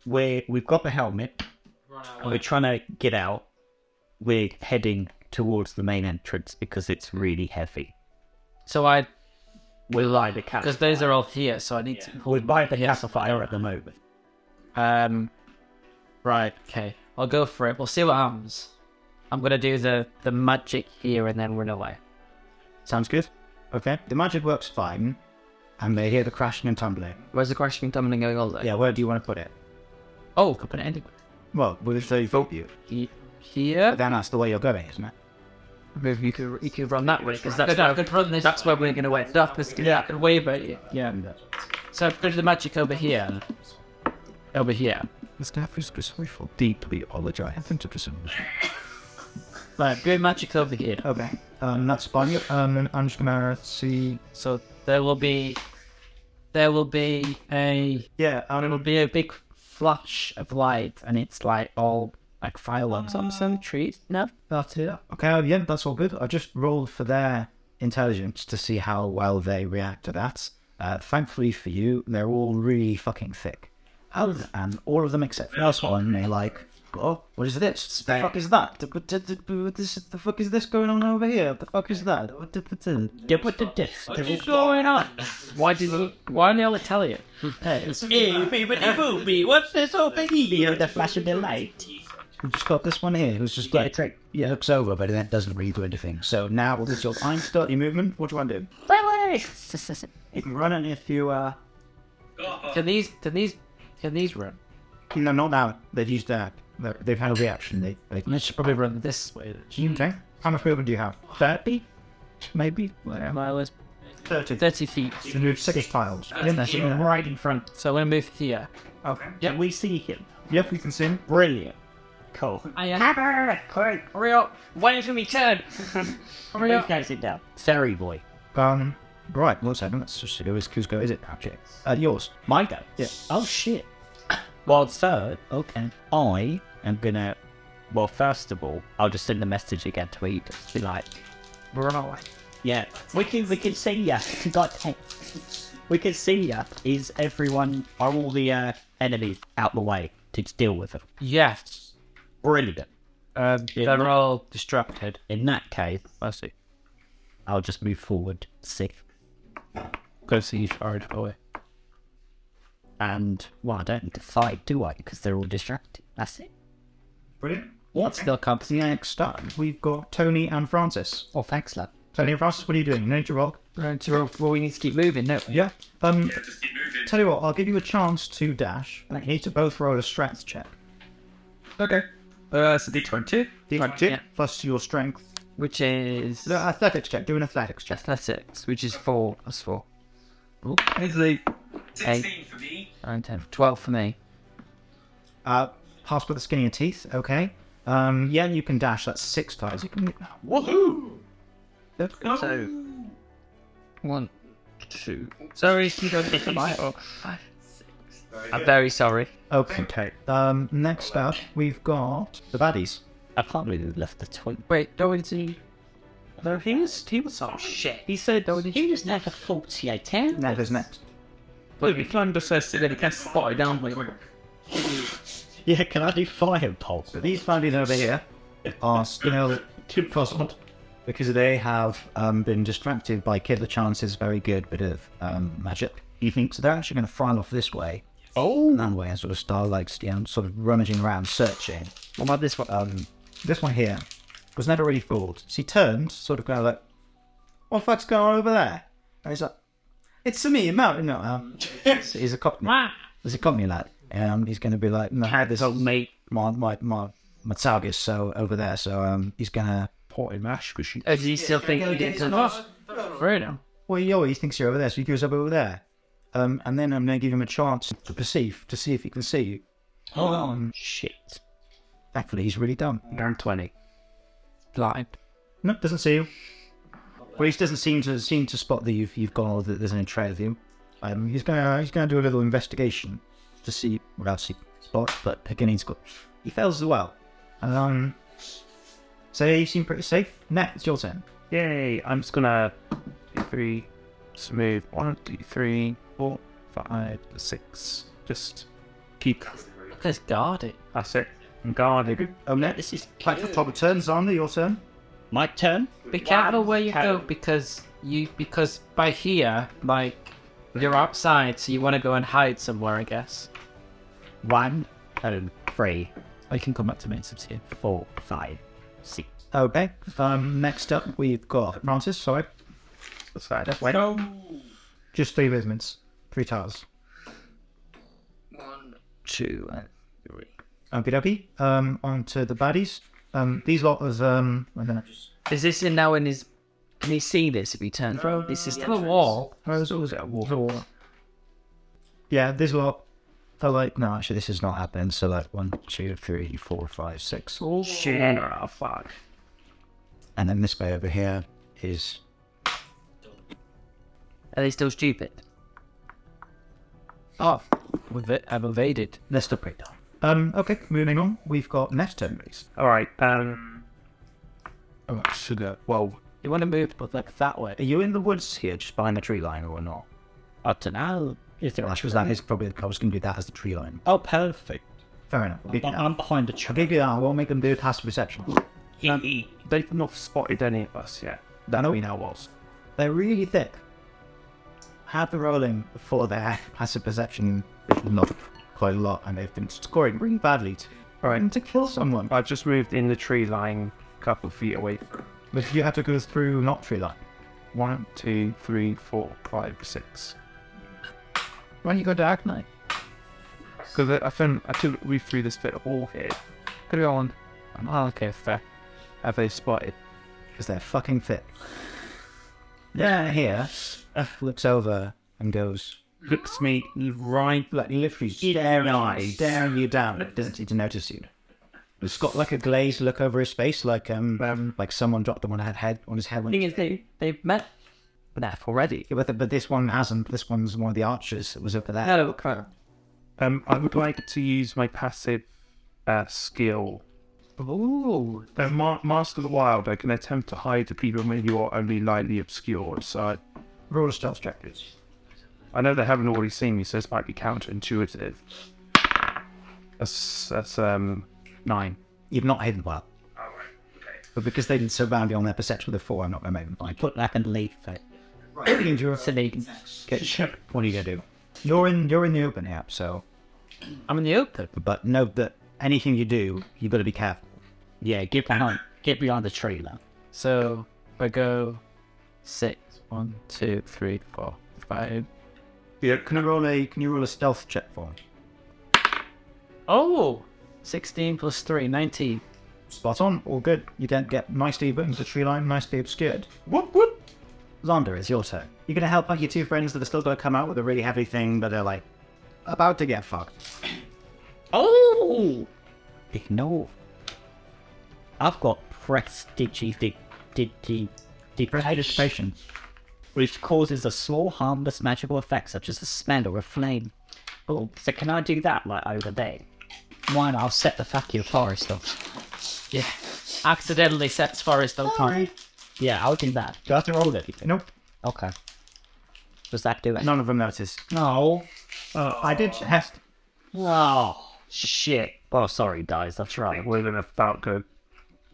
we we've got the helmet and we're trying to get out. We're heading towards the main entrance because it's really heavy. So I We'll light the because cat. those are all here, so I need to. We're by the castle fire at the moment. Um, right. Okay, I'll go for it. We'll see what happens. I'm gonna do the the magic here and then run away. Sounds good. Okay. The magic works fine, and they hear the crashing and tumbling. Where's the crashing tumbling going on though? Yeah, where do you want to put it? Oh, could put it anywhere. Well, we'll say vote you. He- Here. But then that's the way you're going, isn't it? Maybe you could you could run that way because that's where, that's where we're gonna end up. Is yeah, I could wave at you. Yeah. So I've got the magic over here. Over here. Mr. Afriska, sorry for deeply apologize. Thank you for some. Right, good magic over here. Okay. Um, that's fine. Um, I'm just gonna see. So there will be there will be a Yeah, and it will be a big flash of light and it's like all like fireworks on some trees. No. That's it. Okay, uh, yeah, that's all good. I just rolled for their intelligence to see how well they react to that. Uh, thankfully for you, they're all really fucking thick. And, and all of them except for this one, they're like, oh, what is this? The fuck is that? What the fuck is this going on over here? What the fuck is that? What the- what the- What the diff? What's going on? Why did why are they all Italian? Hey, baby, booby, what's this over here? The flash of the light. We've just got this one here who's just like, yeah, looks over, but then doesn't really do anything. So now this is your time to start your movement. What do you want to do? You can run and if you, uh, Can these can these can these run? no, not now. They've used that. They're- They've had a reaction. They, they They should probably run this way. Okay. How much movement do you have? 30? Maybe? Yeah. Well, Miles, 30. 30 feet. You can move six tiles. Yeah. Right in front. So I'm going to move here. Okay. Can we see him? Yep, we can see him. Brilliant. Cool. I am. Hammer! Quick, hurry up! Waiting for me turn! hurry Please up! guys sit down. Fairy boy. Um, right, one second. Let's just see who is Kuzco. Is it actually? Uh, yours. My go. Yeah. Oh shit. Well, third. Okay. I am gonna. Well, first of all, I'll just send a message again to eat. Just be like, Run away. yeah, we can we can see ya. God damn. We can see ya. Is everyone? Are all the uh, enemies out the way to deal with them? Yes. Brilliant. Um, they're all distracted. In that case, I see. I'll just move forward six, Go see Shard, by the way. and well, I don't need to fight, do I? Because they're all distracted. That's it. Brilliant. What's the company? Next up, we've got Tony and Francis. Oh, thanks, lad. Tony and Francis, what are you doing? You need to roll. Round to roll. Well, we need to keep moving, don't we? Yeah. Um, just keep moving. Tell you what, I'll give you a chance to dash, and you need to both roll a strength check. Okay. Uh, it's a D20. D20 plus your strength. Which is No, athletics check. Do an athletics check. athletics, which is four. That's four. It's a Eight. for me. Nine, ten. Twelve for me. Uh, pass with the skinnier teeth. Okay. Um, yeah, you can dash. That's six times. You can. Woohoo! So. One, two. Sorry, you don't get my. Oh, five, six. I'm very sorry. Okay. okay. Um, next up, we've got the baddies. I can't believe we left the twin. Wait, don't we see. No, he was he was oh shit. He said, don't we He was never forty-eight ten. Never's next. Look, we climbed the first and then he gets spotted down by Yeah, can I do fire pulse? But these foundies over here are still puzzled because they have um, been distracted by Kid Chance's very good bit of um, magic. You think so? They're actually going to file off this way. Oh, and that way, and sort of star like down, sort of rummaging around, searching. What about this one? Um, this one here was never really fooled. So he turned, sort of kind of like, "What the fuck's going on over there?" And he's like, "It's a me, a mountain." No, um, he's he's a cockney. He's a cockney lad. Um, he's going to be like, no, had this old mate, my my my my target's so over there, so um, he's going to pot him mash because she. Oh, do you still think go you get get some to... Right now. Well, he always thinks you're over there, so he goes up over there, um, and then I'm going to give him a chance to perceive to see if he can see you. Hold on, shit. Thankfully, he's really dumb. Down twenty. Blind. No, doesn't see you. Well, he doesn't seem to seem to spot that you've you've gone or that there's an trail of you. Um, he's gonna he's gonna do a little investigation to see what else he spots, but again he's got he fails as well. Um, so you seem pretty safe. Nat, it's your turn. Yay! I'm just gonna two, three, smooth one, two, three, four, five, six. Just keep. Let's guard it. That's it. I'm guarding. Um, Nat, this is back to the top of turn. Zonda, your turn. My turn. Be careful where you go because you because by here, like you're outside, so you want to go and hide somewhere, I guess. One, two, three. I Oh, can come back to me since here. Four, five, six. Okay. Um, next up we've got Francis. Sorry. Sorry, that's wait. Just three movements, three tiles. One. Two and three. Okie dokie. Um, on to the baddies. Um, these lot of um, I don't know. Is this in now in his? Can he see this if he turns? Bro, this is still a wall. Oh, there's always a wall. Yeah, this lot. They're like, no, actually, this has not happened. So like, one, two, three, four, five, six. Oh shit! Oh fuck. And then this guy over here is Are they still stupid? Oh, with e-, it, I've evaded. Nestor Prada. Um, okay, moving on. We've got Nestor. All right. Um. Oh, should uh, well, You want to move, but like that way. Are you in the woods here, just behind the tree line, or not? I don't know. Is there a Well, actually, that is probably I was going to do that as the tree line. Oh, perfect. Fair enough. I'll give you I'm, that. I'm behind a I'll tree. give you that. I won't make them do a passive perception. um, they've not spotted any of us yet. That we know was. They're really thick. Have been rolling for their passive perception not quite a lot, and they've been scoring really badly. To, All right, to kill someone, I just moved in the tree line, a couple feet away. but you have to go through not tree line. One, two, three, four, five, six. Why don't you go dark knight? because I, I found I took we through this bit of wall here. Could go on. Oh, okay, fair. Have they spotted? because they're fucking thick. Yeah, here looks over and goes. Uh, Looks me right, like literally staring, staring you down. It doesn't seem to notice you. It's got like a glazed look over his face, like um, like someone dropped them on his head on his head. When Thing is, they they've met Beth already. Yeah, but, but this one hasn't. This one's one of the archers that was over there. Hello, Crow. Um, I would like to use my passive uh, skill. Ooh. They're ma- master of the wild. They can attempt to hide the people when you are only lightly obscured. So I, Roll a stealth check. please. I know they haven't already seen me, so this might be counterintuitive. That's, that's um nine. You've not hidden well. But because they didn't surround you on their perception with a four, I'm not going to make them find. Put that and leave it. Right, you Okay, what are you going to do? You're in, you're in the open app, so I'm in the open. But note that anything you do, you've got to be careful. Yeah, get behind, get behind the tree now. So I go six, one, two, three, four, five. Yeah. Can I roll a Can you roll a stealth check for me? Oh, 16 plus 3, 19. Spot on, all good. You don't get nicely put into the tree line, nicely obscured. Whoop whoop. Zonda, it's your turn. You're going to help out your two friends that are still going to come out with a really heavy thing, but they're like about to get fucked. Oh! Ignore. I've got prestigi dig digi Prestidigitation. which causes a small harmless magical effect such as a smell or a flame. Oh, so can I do that like over there? Why not? I'll set the fucking forest off. Yeah. Accidentally sets Forest on fire. Yeah, I'll do that. Do I have to roll anything? Nope. Okay. Does that do it? None of them notice. No. I did have Oh. Shit. Oh, sorry, dies. That's right. We're gonna about go.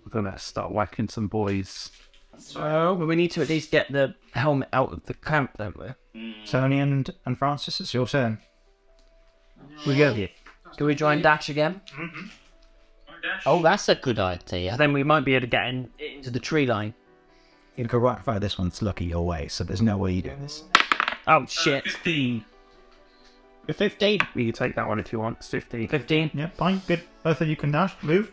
We're gonna start whacking some boys. So we need to at least get the helmet out of the camp, don't we? Tony and, and Francis, it's your turn. We go here. Do we join Dash again? Oh, that's a good idea. Then we might be able to get in, into the tree line. You can right fire this one, it's lucky your way, so there's no way you do this. Oh shit! 15. 15. You can take that one if you want. It's 15. 15. Yeah, fine, good. Both of you can dash, move.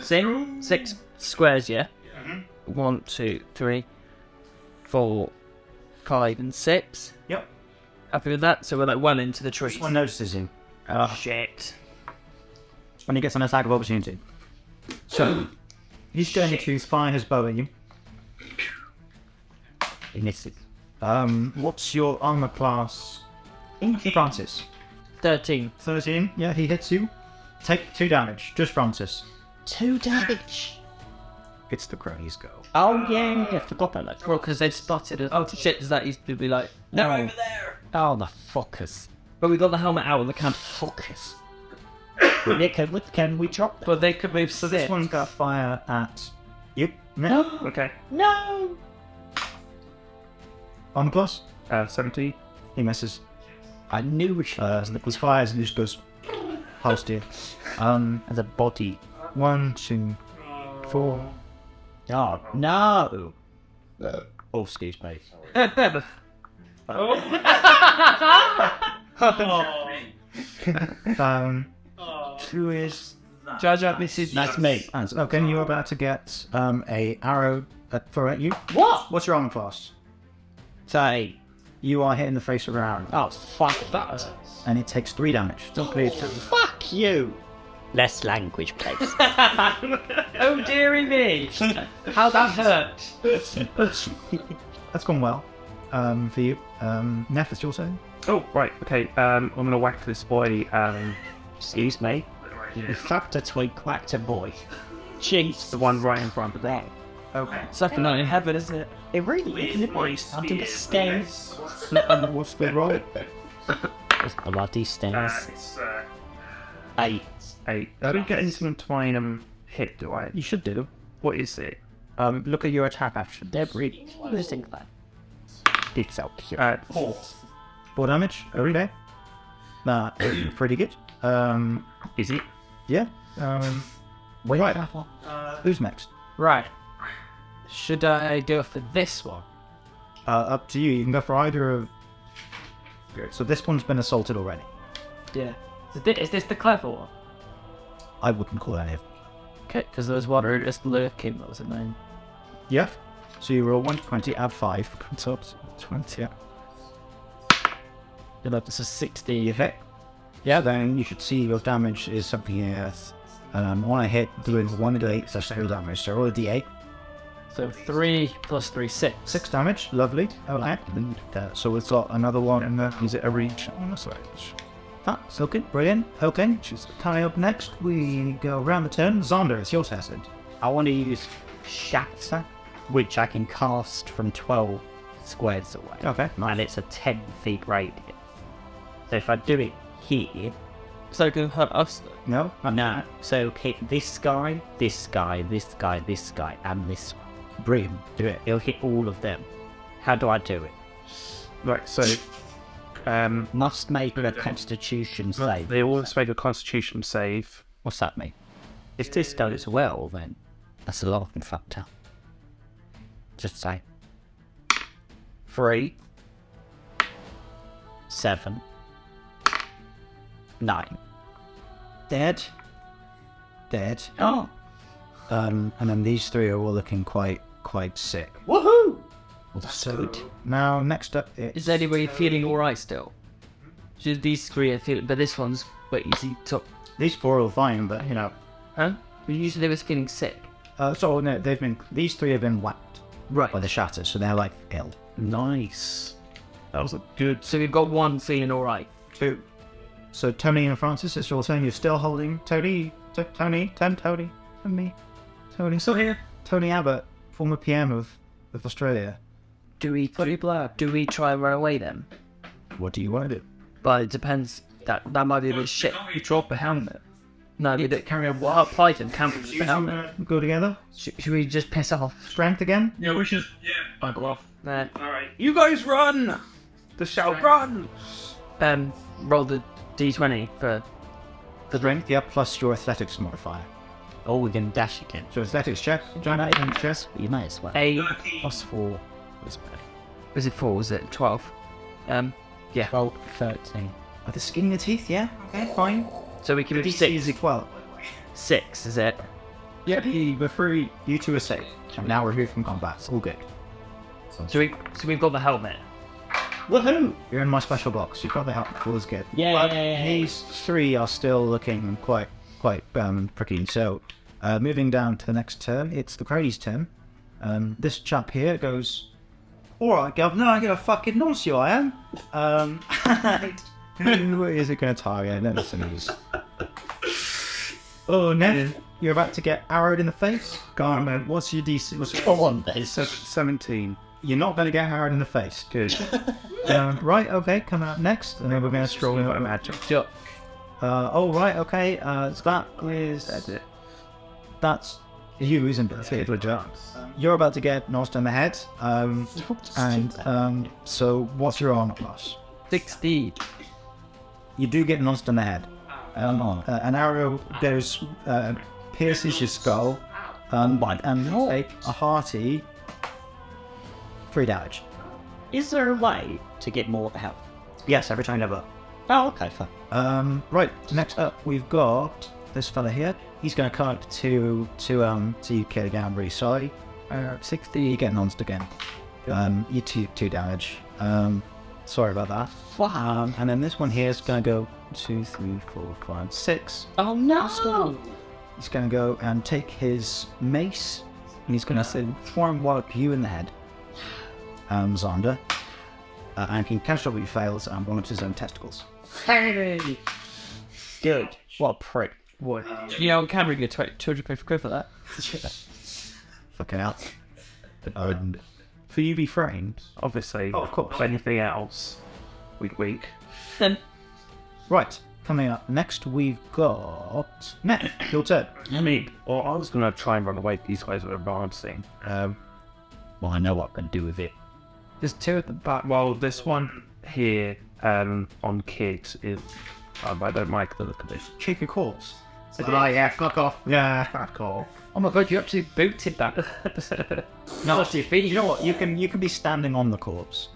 Six, six squares, yeah? Mm-hmm. One, two, three, four, five, and six. Yep. Happy with that? So we're like well into the trees. One notices you. Oh, shit. When he gets an attack of opportunity. So, he's going to fire his bow at you. He misses. Um, what's your armor class? Francis. 13. 13, yeah, he hits you. Take two damage, just Francis. Two damage. It's the cronies go. Oh, yeah, yeah, forgot about that. Well, because they've spotted us. Oh shit! Does that used to be like No, over there! Oh, the fuckers. But we got the helmet out and they can't fuck us. Yeah, can, we- can we drop them? But they could move So this six. one's going to fire at you. No. Okay. No! Armor class? Uh, 70. He misses. I knew we should. Uh, Nicholas fires and he just goes past you. Um, As a body. one, two, four. Oh, no! Oh, excuse me. Um, two is Jar Jar misses. That's me. And okay, you're about to get um, a arrow at, thrown at you. What? What's your armor class? Say. You are hit in the face with an arrow, Oh, fuck that. and it takes three damage. Don't clear two. Fuck you! Less language, please. Oh dearie me! How that hurt. That's gone well um, for you. Um, Neff, it's your turn. Oh, right. Okay. Um, I'm gonna whack this boy. Um, Excuse me. You fucked a twig, quacked a boy. the one right in front of that. Okay. Something not in heaven, isn't it? It really is. Boys, under the stairs. What's the roll? Those bloody Uh, stairs. it's uh, Eight. eight. I don't get into entwine um hit, do I? You should do. What is it? Um, look at your attack action. They're really losing that. It's out here. Uh, four. Four damage. Okay. That is pretty good. Um, Is it? yeah. Um, right. Uh, Who's next? Right. Should I do it for this one? Uh, up to you. You can go for either of. So this one's been assaulted already. Yeah. Is this, is this the clever one? I wouldn't call any of. Okay, because there was one who just lurking that was a name. Yeah. So you roll 120, add 5. Comes up to 20, yeah. You'll have to 60. You hit. Yeah, then you should see your damage is something else. Um, on a hit, doing 1 d8, so total damage. So roll a d8. So 3 plus 3, 6. 6 damage, lovely. Okay. And, uh, so it's got another one in there. Is it a reach? On Oh, a switch. That's okay, brilliant. Okay, she's tie up next. We go around the turn. Zander, it's your tested. I want to use Shatter, which I can cast from 12 squares away. Okay, And it's a 10 feet radius. So if I do it here, So it can hurt us. though. No? no. So hit this guy, this guy, this guy, this guy, and this one. Brilliant. Do it. It'll hit all of them. How do I do it? Right. So, um, Must make a constitution save. they always make a Constitution save. What's that mean? If this does well, then that's a laughing factor. Just say. Three. Seven. Nine. Dead. Dead. Oh. Um, and then these three are all looking quite quite sick. Woohoo! so now next up it's Is anybody feeling alright still? Should these three are feeling. But this one's quite easy to. these four are all fine, but you know. Huh? But usually they was feeling sick. Uh, so no, they've been these three have been whacked Right. by the shatter, so they're like ill. Nice. That was a good. So we've got one feeling alright. Two. So Tony and Francis, it's your turn. You're still holding Tony, T- Tony, Tim, Tony, Tony, Tony. Still here. Tony Abbott, former PM of of Australia. Do we. Do we, do we try and run away then? What do you want to do? But it depends. that that might be a bit shit. You drop the helmet. No, we don't carry a wild python. Can't put the helmet. Go together. Should, should we just piss off? Strength again? Yeah, we should. Yeah, I go off. Nah. All right, you guys run. The shout run. Um, roll the d20 for The strength, yeah, plus your athletics modifier. Oh, we can dash again. So athletics check. John, athletics check. You might as well. a. Plus four. Was it four? Was it twelve? Um, yeah. 12, 13. Are the skinning the teeth? Yeah. Okay, fine. So we can The do DC six. is equal. Six is it? Yep, we're free. You two are safe. And now we're here from combat. It's all good. So we so we've got the helmet. Woohoo! You're in my special box. You've got the help. All is good. Yeah, But yeah, yeah, yeah. These three are still looking quite, quite um, pricky. So, uh, moving down to the next turn, it's the Crowley's turn. Um, this chap here goes, "All right, Governor, I'm gonna fucking nonce you. I am." Um, and who is it gonna target? Let me see. Oh, Neff, you're about to get arrowed in the face. Garment, what's your DC? What's your on this. Seventeen. You're not going to get arrowed in the face. Good. um, right. Okay. Come out next, and then we're going to stroll out magic. Sure. Uh, oh right. Okay. Uh, so that is that's it. That's you, isn't it? That's it, legit. You're about to get nosed on the head. Um, and um, so what's your armor class? Sixteen. You do get nosed on the head. Um, uh, an arrow goes uh, pierces your skull. Um, and you take a hearty three damage. Is there a way to get more health? Yes, every time ever. Oh, okay, fine. Um, right. Next up, we've got this fella here. He's going to come up to to um to you, Kid again. I'm really sorry. Uh, Sixty. You get nonced again. Um, you two two damage. Um, sorry about that. Um, and then this one here is going to go two, three, four, five, six. Oh no! He's going to go and take his mace, and he's going to say, "Form wallop you in the head." Um, Zonda, uh, and he catastrophe fails and walloped his own testicles. Good. What a prick. What? You know, on camera, you get 20 250 quid for that. Fucking hell. Um, For you be framed, obviously. Oh, of course. For anything else, week week. Right, coming up next, we've got Matt. Your turn. I mean, well, I was gonna try and run away. These guys were advancing. Um, Well, I know what I can do with it. There's two at the back. well, this one here um, on kids is. Um, I don't like the look of this. Kick a course. Ah, yeah, fuck off. Yeah, cool. Oh my god, you actually booted that. No, you know what? You can you can be standing on the corpse,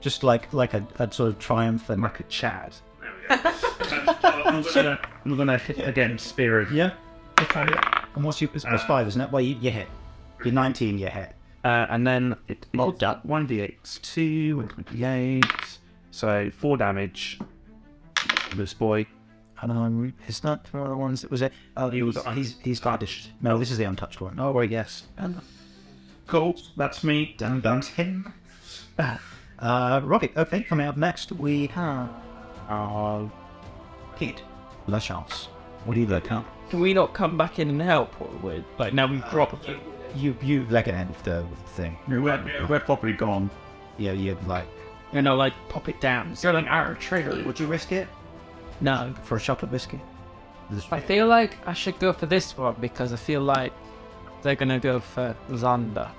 just like like a, a sort of triumphant. Like a Chad. I'm gonna, I'm gonna hit again, spirit. Yeah. And what's your it's plus Ah. five, isn't it? Well, you, you hit. You're 19. You hit. Uh, and then it well done. One d8, two, one d8. So four damage. This boy. And I'm. Is that one of the ones that was it? Oh, he was. He's he's vanished. No, this is the untouched one. Oh, well, yes. Cool. That's me. Dun dun him. Uh, Rocket. Okay, coming up next we have uh, Pete. La chance. What do you look up? Can we not come back in and help? Or we're, like now we've dropped. You you like an end of the thing. We're, we're probably gone. Yeah, you like. You know, like pop it down. You're like our traitor. Would you risk it No. for a chocolate biscuit? This- I feel like I should go for this one because I feel like they're gonna go for Xander.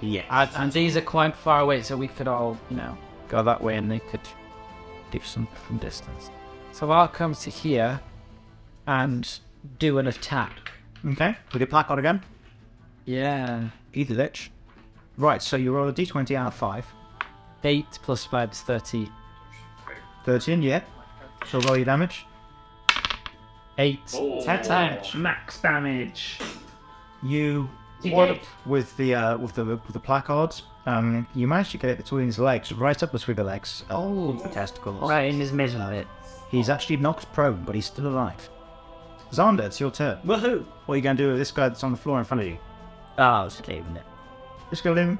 Yeah. And, and these are quite far away, so we could all, you know, go that way and they could do something from distance. So I'll come to here and do an attack. Okay. We did placard again. Yeah. Either lich. Right. So you roll a d20 out of five. 8 plus 5 is 30. Thirteen. Yeah. So roll your damage. 8. Oh. Ten damage. Max damage. You wallop with the uh, with the with the placards. Um, you managed to get it between his legs, right up between the legs. Oh, testicles. Right in his middle of it. He's actually knocked prone, but he's still alive. Xander, it's your turn. Woohoo! What are you going to do with this guy that's on the floor in front of you? Oh, I was leaving it. Just kill him.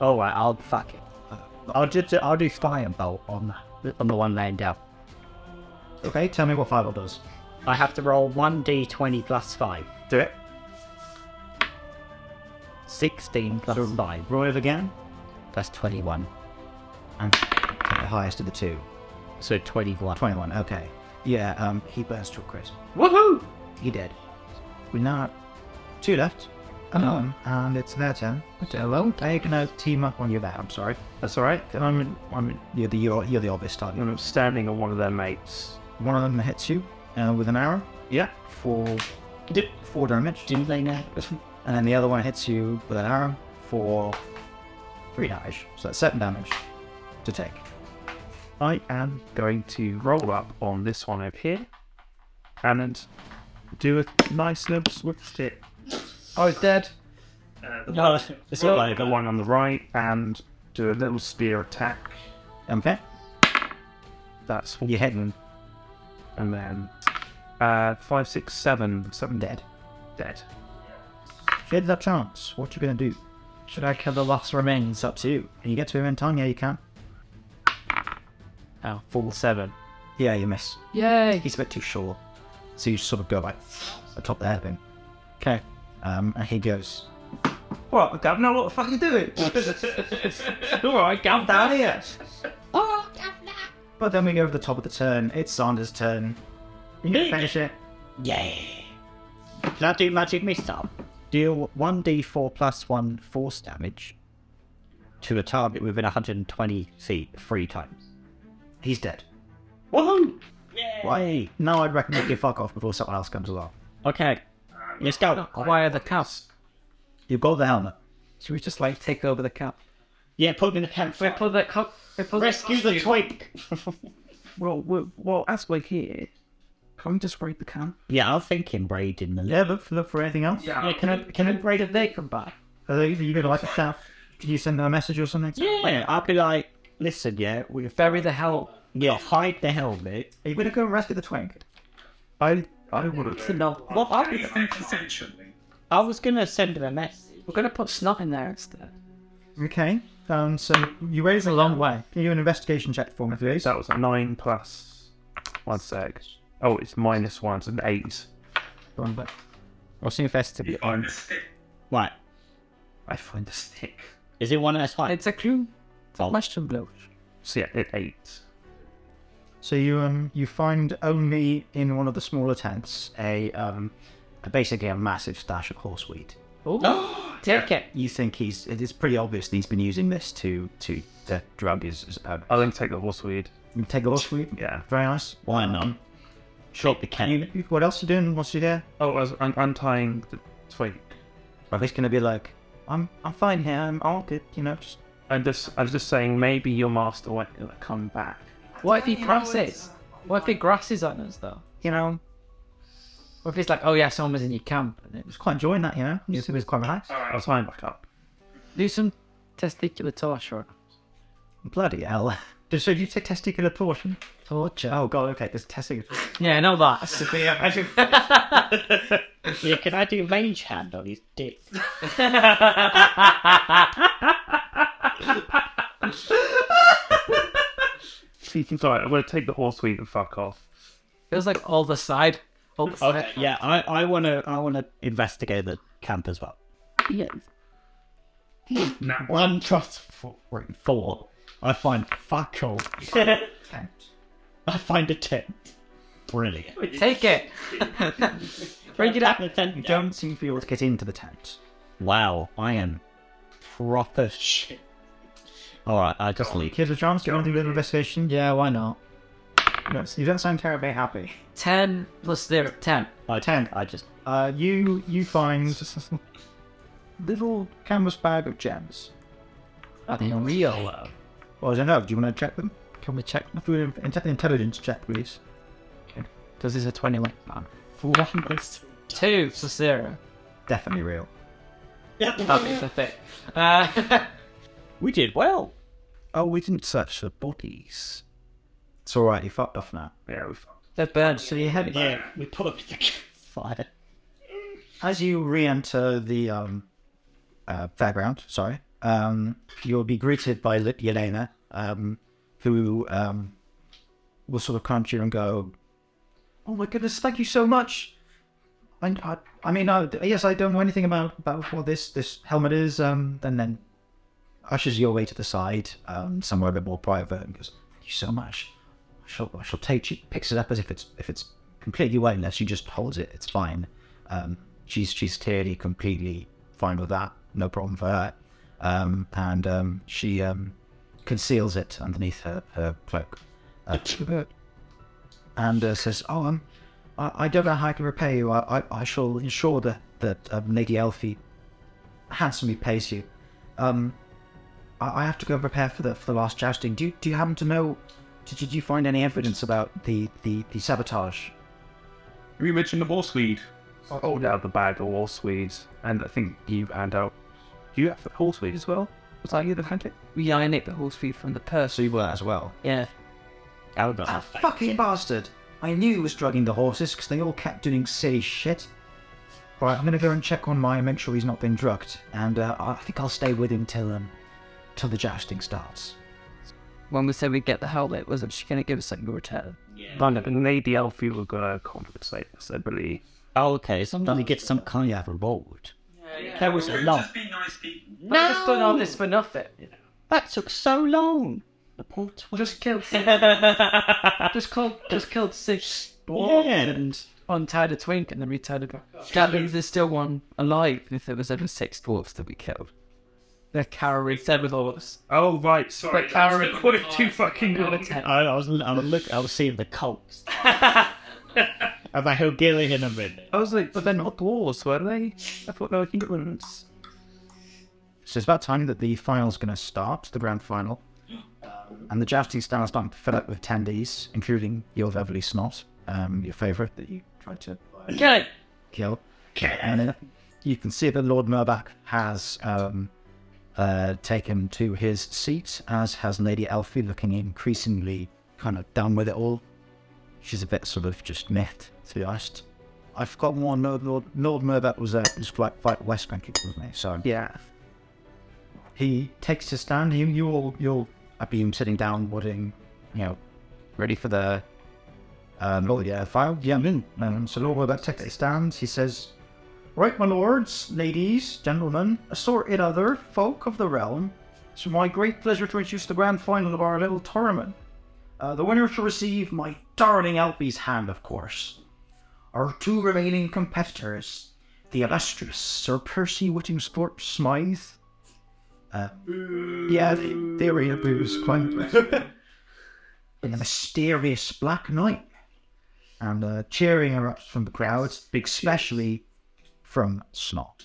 All right, I'll fuck it. Uh, I'll just I'll do firebolt on the, on the one laying down. Okay, tell me what Fireball does. I have to roll one d20 plus five. Do it. Sixteen plus five. Roll it again. That's twenty-one. And take the highest of the two. So 21. 21, okay. Yeah, um, he burns to a crisp. Woohoo! He did. We now have two left. Uh-huh. Um, and it's their turn. Hello. They're gonna team up on you there. I'm sorry. That's all right. I'm. In, I'm. In, you're the you're, you're the obvious target. I'm standing on one of their mates. One of them hits you uh, with an arrow. Yeah. For four damage. Didn't they know? And then the other one hits you with an arrow for three damage. So that's seven damage to take. I am going to roll up on this one over here and do a nice little swift hit. Oh, he's dead. No, it's not like the one on the right and do a little spear attack. Okay. That's four. You're hitting. And then uh, five, six, seven, seven dead. Dead. Fed that chance. What you gonna do? Should I kill the last remains? It's up to you. Can you get to him in time? Yeah, you can. Oh. Full seven. Yeah, you miss. Yay! He's a bit too short. So you sort of go like atop the head Okay. Um, and he goes, What, Governor? What the fuck are you doing? Alright, Governor. Down here. Oh, Governor! But then we go over the top of the turn. It's Sander's turn. You can finish it. Yeah. Can I do magic missile? Deal 1d4 plus 1 force damage to a target within 120 feet three times. He's dead. Woohoo! Why? Now I'd recommend you fuck off before someone else comes along. Okay, let's go. Acquire the cuffs. You've got the helmet. Should we just like take over the cup? Yeah, put him in the We campfire. pull the cup. We pull Rescue the twink. Well, well, well, as we're here, can we just raid the camp? yeah, I'm thinking braiding the Yeah, look, look for anything else. Yeah, can I can I braid a They come back. Are they- you gonna like a shout? Did you send them a message or something? Yeah, I'll be like, listen, yeah, we Bury the hell. yeah, hide the helmet. Are you gonna go and rescue the twink? I I would It's a no. Well, I, I was gonna send him a message. We're gonna put snot in there instead. Okay. Um, so you raise a long way. Can you do an investigation check for me, please? That was a nine plus. One sec. Oh, it's minus one, it's an eight. Go on back. What's invested? I'm, Right, I find a stick. is it one of those hide? It's a clue. Well, Question blow. So yeah, it eight. So you um you find only in one of the smaller tents a um a- basically a massive stash of horseweed. Oh, take it. You think he's it is pretty obvious that he's been using this to to to drug his, his opponent. I'll then take the horseweed. You take the horseweed. Yeah. Very nice. Why not? Shot the cannon. You- What else you doing once you're here? Oh, I was un- untying the twig. Well, he's gonna be like, I'm I'm fine here. I'm all good. You know, just I'm just, I was just saying, maybe your master won't come back. What if he grasses? What if he grasses on us though? you know, What if he's like, oh yeah, someone was in your camp? And it was, just quite enjoying that. You know, it was quite nice. I'll tie him back up. do some testicular torture. Bloody hell. Did, so did you say testicular torsion? Torture. Oh god, okay, there's testicular torsion. Yeah, I know that. Yeah, can I do mage hand on his dick? Sorry, I'm going to take the horseweed and fuck off. Feels like all the side. All the side. Okay, yeah, I, I wanna I wanna investigate the camp as well. Yes. One trust four, three, four. I find fuck all. I find a tent. Brilliant. Take it. Bring it up. You don't seem to be able to get into the tent. Wow, I am proper shit. All right, I just leave. Here's a chance, do you want to do a little investigation? Yeah, why not? No, so you don't sound terribly happy. Ten plus zero, ten. I Ten. I just Uh, you you find little canvas bag of gems. That's real love. Well, I don't know, do you want to check them? Can we check? Do an inte- intelligence check, please. Because it's a twenty-one. almost. Two plus zero. Definitely real. That'd be perfect. Uh, We did well. Oh, we didn't search the bodies. It's alright, you fucked off now. Yeah, we fucked. that burns. So you head Yeah, we put up the fire. As you re-enter the um, uh, fairground, sorry, um, you'll be greeted by Lit- Yelena, um, who um, will sort of come to you and go, "Oh my goodness, thank you so much." I, I, I mean, I, yes, I don't know anything about about what this this helmet is, um, and then ushers you away to the side, um, somewhere a bit more private, and goes, "Thank you so much. she'll, she'll take. She picks it up as if it's if it's completely weightless. She just holds it. It's fine. Um, she's she's clearly completely fine with that. No problem for her. Um, and um, she um, conceals it underneath her, her cloak. Uh, and uh, says, "Oh, um, I, I don't know how I can repay you. I, I, I shall ensure that that um, Lady Elfie handsomely pays you. Um, I, I have to go and prepare for the for the last jousting. Do you, do you happen to know? Did, did you find any evidence about the the, the sabotage? Have you mentioned the horse weed? I hold out the bag of horse weeds, and I think you hand out. Do you have the horse weed as well? Was that you that had it? Yeah, I nicked the horse feed from the purse. So you were as well. Yeah. Ah, fucking bastard! I knew he was drugging the horses because they all kept doing silly shit. Right, I'm gonna go and check on Maya, make sure he's not been drugged, and uh, I think I'll stay with him till um, till the jousting starts. When we said we'd get the helmet, wasn't she going to give us something in return? London and Lady Elfie were gonna compensate us, I believe. Oh, okay. Somebody gets some kind of reward. That was a lot. No! I've just done all this for nothing. That took so long. The poor twin. Just killed six. just, called, just killed six. Yeah, and untied a twink and then retied it back up. That means there's still one alive if there was ever six dwarfs that we killed. They're cowering seven of us. Oh right, sorry. But that's Karen, the- what are two fucking minutes? I, I was, I was look, I was seeing the cults. and he'll get it in a minute. I was like, but they're not dwarves, were they? I thought they were humans. So it's about time that the final's going to start, the grand final. And the jousting stand is starting to fill up with attendees, including your Beverly Snot, um, your favourite that you tried to Okay. kill. And then you can see that Lord Murdoch has um, uh, taken to his seat, as has Lady Elfie, looking increasingly kind of done with it all. She's a bit sort of just miffed, to be honest. I forgot one. Lord Lord, Lord Murdoch was uh, was quite quite West Bank, wasn't he? So yeah, he takes his stand. You you all you're I been sitting down, wooding, you know, ready for the um, Lord, yeah, file. Yeah, I'm in. Um, so Lord Murdoch takes his stand. He says, Right, my lords, ladies, gentlemen, assorted other folk of the realm, it's my great pleasure to introduce the grand final of our little tournament. Uh, the winner shall receive my darling Elfie's hand, of course. Our two remaining competitors, the illustrious Sir Percy Whittingsport Smythe. Uh, yeah, they, they were in a booze, quite And the mysterious Black Knight. And uh, cheering erupts from the crowd, especially from Snot.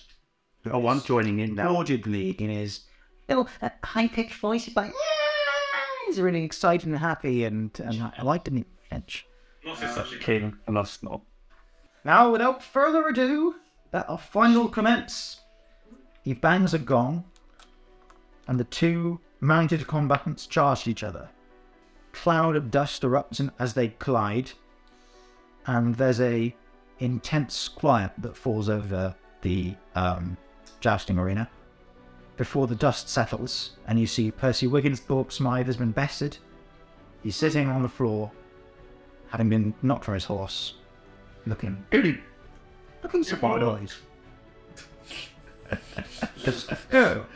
Oh, I'm joining in now. Audibly in his little uh, high pitched voice, he's like, "Yeah!" he's really excited and happy, and, and I liked him in French. such a king, and us not. Now, without further ado, let our final commence. He bangs a gong, and the two mounted combatants charge each other. Cloud of dust erupts in- as they collide, and there's a intense quiet that falls over the um, jousting arena before the dust settles, and you see Percy Wigginsthorpe Smythe has been bested. He's sitting on the floor, having been knocked from his horse, looking looking surprised. oh,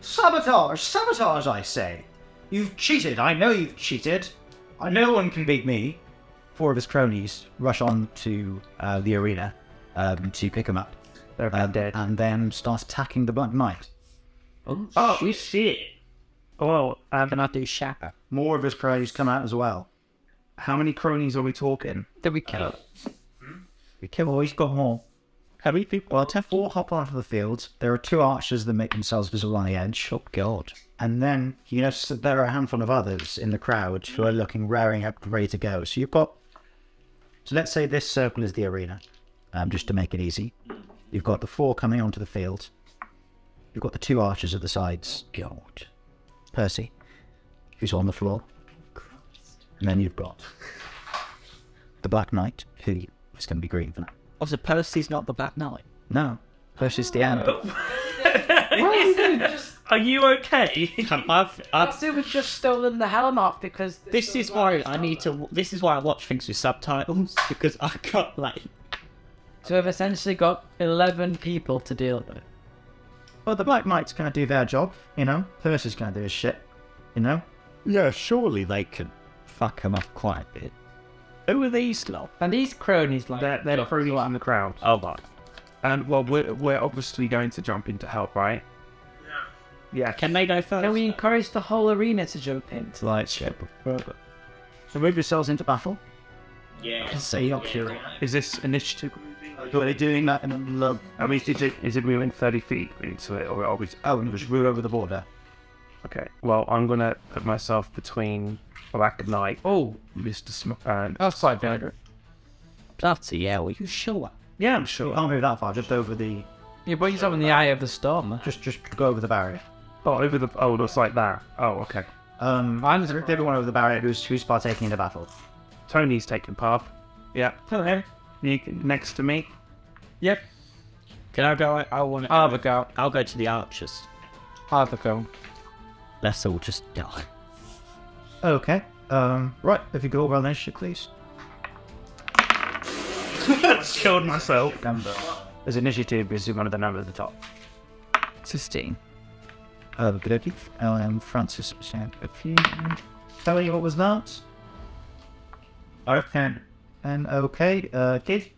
sabotage! Sabotage! I say, you've cheated. I know you've cheated. I no one can beat me. Four of his cronies rush on to uh, the arena um, to pick him up. They're dead, and then start attacking the Black Knight. Oh, we see it. Oh, um, Can I do Shaka? More of his cronies come out as well. How many cronies are we talking? Did we kill? We kill. Oh, he's got more. How many people? Well, ten four hop onto the field. There are two archers that make themselves visible on the edge. Oh God! And then you notice that there are a handful of others in the crowd who are looking, raring up, ready to go. So you've got. So let's say this circle is the arena, um, just to make it easy. You've got the four coming onto the field. You've got the two archers at the sides. God. Percy, who's on the floor. And then you've got the Black Knight, who is going to be green for now. Oh, so Percy's not the Black Knight. No, Percy's the animal. Oh, Are you okay? I've, I've, I've just stolen the helm off because this is why I need to. This is why I watch things with subtitles because I got like. So we've essentially got eleven people to deal with. Well, the Black Knight's going to do their job, you know. Percy's going to do his shit, you know. Yeah, surely they can fuck him up quite a bit. Who are these lot? And these cronies, like they're, they're cronies in the crowd. Oh my! And well, we're we're obviously going to jump in to help, right? Yeah. Can they go first? Can we encourage the whole arena to jump in? To light ship. So move yourselves into battle. Yeah. Say your cure. Is this initiative? Are they doing that in a love? I mean, is it is it moving thirty feet into it, or are we? Oh, no, just move over the border. Okay. Well, I'm gonna put myself between Black Knight. Oh, Mister Sm- Oh, and That's quite dangerous. Bloody hell, are you sure? Yeah, I'm You sure. can't move that far. Just over the. Yeah, but he's up in the eye of the storm. Just just go over the barrier. Oh, over the. Oh, it's like that. Oh, okay. Um, I'm the everyone over the barrier who's who's partaking in the battle. Tony's taking part. Yeah. Hello. You can- next to me. Yep. Can I go? I want to. I'll have a go. Ah, I'll go to the archers. I'll have a go. Let's all just die. Okay. Um, right. If you go over initiative, please. Killed myself. As initiative is one of the numbers at the top. 16. Uh, Bidoki. LM Francis Shampion. Tell me what was that? Okay. And okay, uh, kid.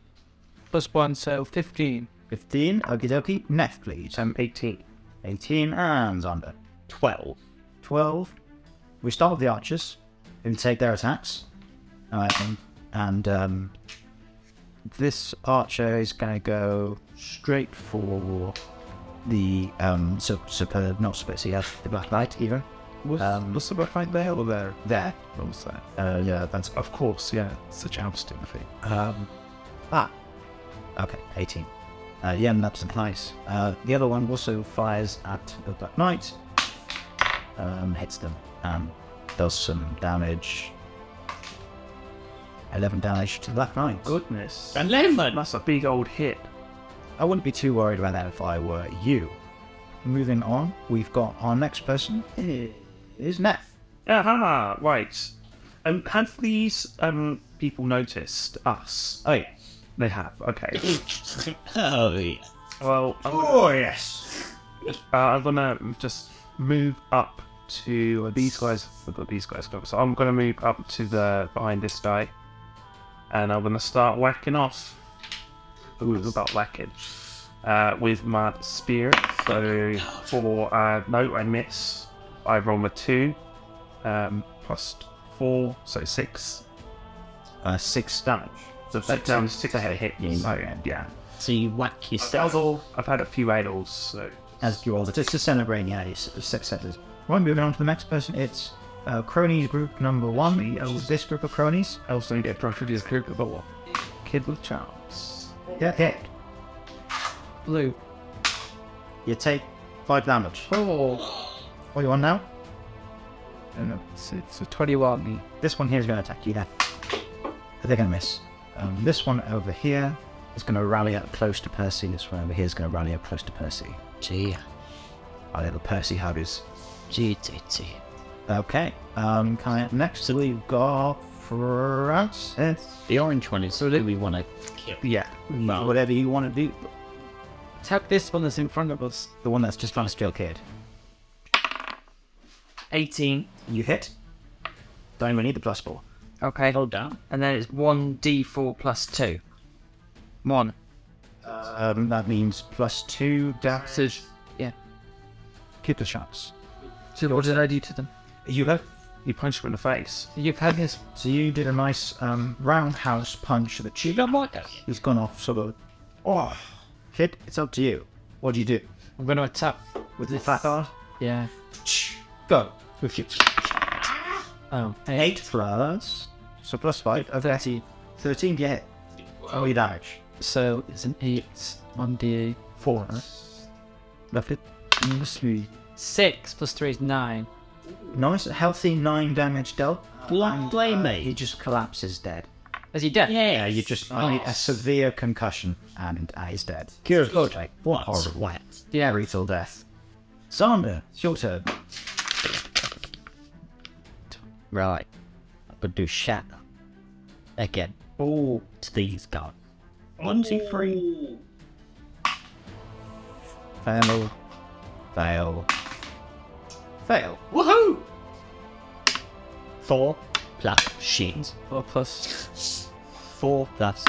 Plus one, so 15. 15. Okie dokie. Next, please. Um, 18. 18 and Zander. 12. 12. We start with the archers, who take their attacks. Um, and um, this archer is going to go straight for the um, sup- superb, not supposed to have the black light even. Was, Um, was the fight there or there? There. What was that? Uh, yeah, that's Of course, yeah. Such ousting thing. Um, ah, okay, 18. Uh, yeah, and that's nice. Uh, the other one also fires at the Black Knight, um, hits them, and does some damage. 11 damage to the Black Knight. Goodness. And lemon. That's a big old hit. I wouldn't be too worried about that if I were you. Moving on, we've got our next person is Neff. Aha, right. Um, have these um people noticed us? Oh yeah, they have. Okay. Oh yeah. well, I'm gonna, oh yes. uh, I'm gonna just move up to uh, these guys. I've got these guys. covered. So I'm gonna move up to the behind this guy, and I'm gonna start whacking off. Ooh, it's about whacking. Uh, with my spear. So for uh, no, I miss. I roll a two, um, plus four, so six. Uh, 6 damage. So that down six ahead hit. Yeah. So yeah. So you whack yourself. Dazzle. I've had a few idols, so As you all just to celebrate, yeah, it's six setters. Right, moving on to the next person, it's uh, cronies group number one. Oh, this group of cronies. I also need to approach this group but what? Kid with charms. Yeah, hit. Blue. You take five damage. Oh. What you on now? It's, it's a 21. This one here is going to attack you. Yeah, they're going to miss. Um, this one over here is going to rally up close to Percy. This one over here is going to rally up close to Percy. Gee, Our little Percy howdies. gee, gee, gee. Okay. Um, kind of next we've got Francis. The orange one is so that we want to kill. Yeah. Whatever you want to do. Attack this one that's in front of us. The one that's just trying to steal kid. 18. You hit. Don't even need the plus four. Okay. Hold down. And then it's 1d4 plus 2. 1. Um, that means plus two damage. Yeah. Keep the shots. So what did I do to them? You have. You punch him in the face. You've had this. So you did a nice um, roundhouse punch to the cheek. got my go. He's gone off sort of. Oh, kid, it's up to you. What do you do I'm going to attack. with the fat guard? Yeah. Go with you. Oh. Eight plus. So plus five. Oh, 13. 13, yeah. Oh, you damage. So it's an 8 on d Four. huh? Lovely. Nicely. 6 plus 3 is 9. Nice, healthy nine damage dealt. Black blame Uh, He me. just collapses dead. Uh, Is he dead? Yeah, You just I mean, a severe concussion, and uh, he's dead. Good. Good. Like, What? horrible. What? Yeah. Lethal death. Zander, it's your turn. Right. I'm gonna do shatter again. Oh. To these guys. One, two, three. Fail. Fail. Fail. Woohoo! Four. plus shit. Four plus four plus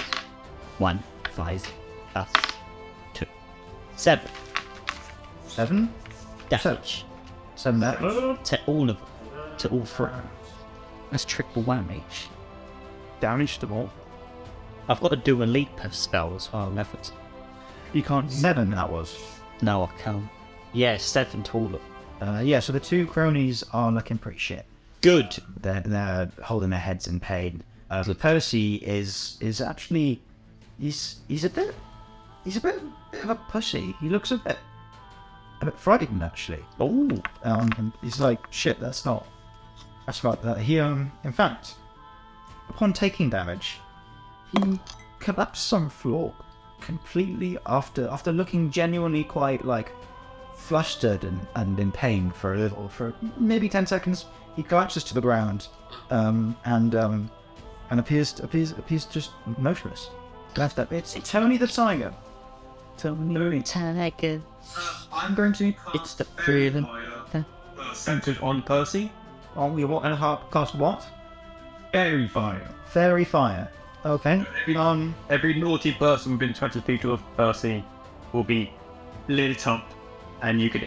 one five plus two seven. Seven damage. Seven damage to all of them. To all three. That's triple whammy. Damage them all. I've got to do a leap spell as well, effort. You can't. Seven, that was. No, I can't. Yeah, seven to all of them. Uh, yeah, so the two cronies are looking pretty shit. Good. They're, they're holding their heads in pain. Uh, so Percy is is actually he's he's a bit he's a bit, bit of a pussy. He looks a bit a bit frightened actually. Oh, um, and he's like shit. That's not that's not that. He um in fact, upon taking damage, he collapsed on the floor completely after after looking genuinely quite like flustered and, and in pain for a little, for maybe ten seconds, he collapses to the ground, um, and um, and appears appears appears just motionless. Left up. It's Tony the Tiger. Tony the Tiger. Uh, I'm going to. It's the freedom. Centered on Percy. On we what and half cast what? Fairy fire. Fairy fire. Okay. Um. Every naughty person within 20 feet of Percy will be lit up, and you can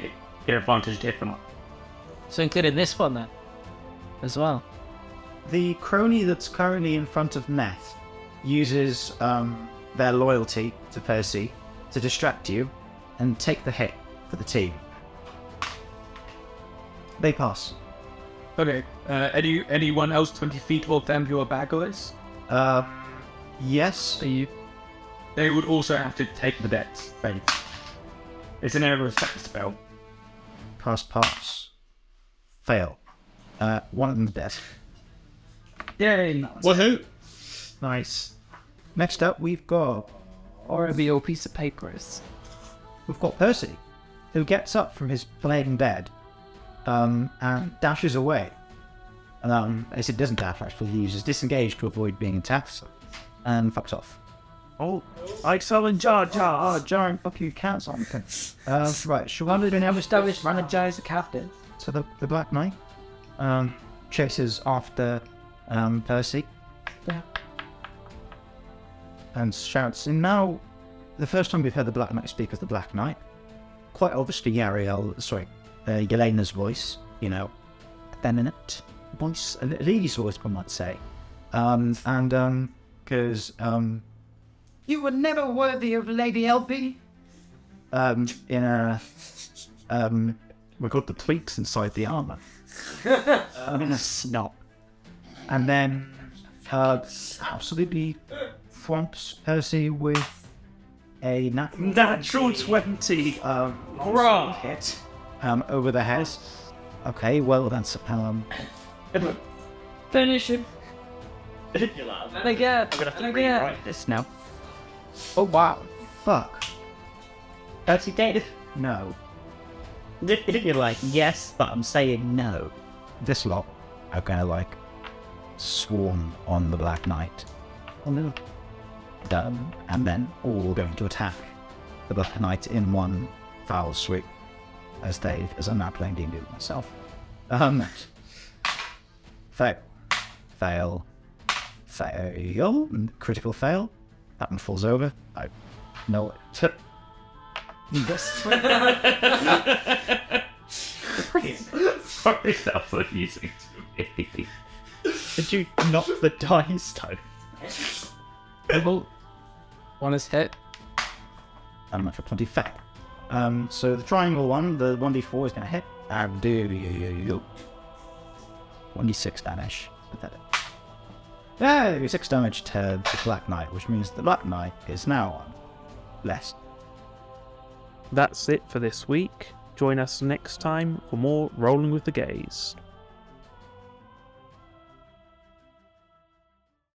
get advantage to hit them up. So including this one then, as well. The crony that's currently in front of Neth uses um, their loyalty to Percy to distract you and take the hit for the team. They pass. Okay. Uh, any anyone else 20 feet of them who are baggerless? Uh, yes. Are you? They would also have to take the debt space. It's an error effect spell. Pass, pass. Fail. Uh, one of them's dead. Yay! Woohoo! Nice. Next up, we've got Or a real piece of papers. we've got Percy, who gets up from his playing bed, um, and dashes away. And um, as it doesn't dash, actually, he uses disengage to avoid being attacked, and fucks off. Oh, Oh, I summon Jar Jar. Jar and fuck you, cats on Uh, right, shall we do Now now? established managize the captain. So the, the Black Knight um, chases after um, Percy. Yeah. And shouts, and now, the first time we've heard the Black Knight speak as the Black Knight, quite obviously Yariel, sorry, uh, Yelena's voice, you know, feminine voice, a lady's voice, one might say. Um, and, because, um, You were never worthy of Lady Elfie. um, in a um, we got the tweaks inside the armor. I'm in a snot, and then uh, absolutely thwomps Percy with a nat- Natural 20. um, Right. hit um, over the head. Okay, well that's um, Finish him. And again. I'm gonna have to And again. rewrite this now. oh wow, fuck Percy dead. no, You're like yes, but I'm saying no. this lot are gonna like swarm on the Black Knight. Oh no. done, and then all going to attack the Black Knight in one foul sweep, as they, as I'm now playing D&D with myself. Um, fail, fail, fail, critical fail. That one falls over. I know it. Yes. Sorry, that was using to me. Did you knock the dice though? Well, one is hit. I'm for 20 fail. Um, so the triangle one, the 1d4 is going to hit. And do you, you, you. 1d6 damage. Put that in. Yay! 6 damage to the Black Knight, which means the Black Knight is now on less. That's it for this week. Join us next time for more Rolling with the Gaze.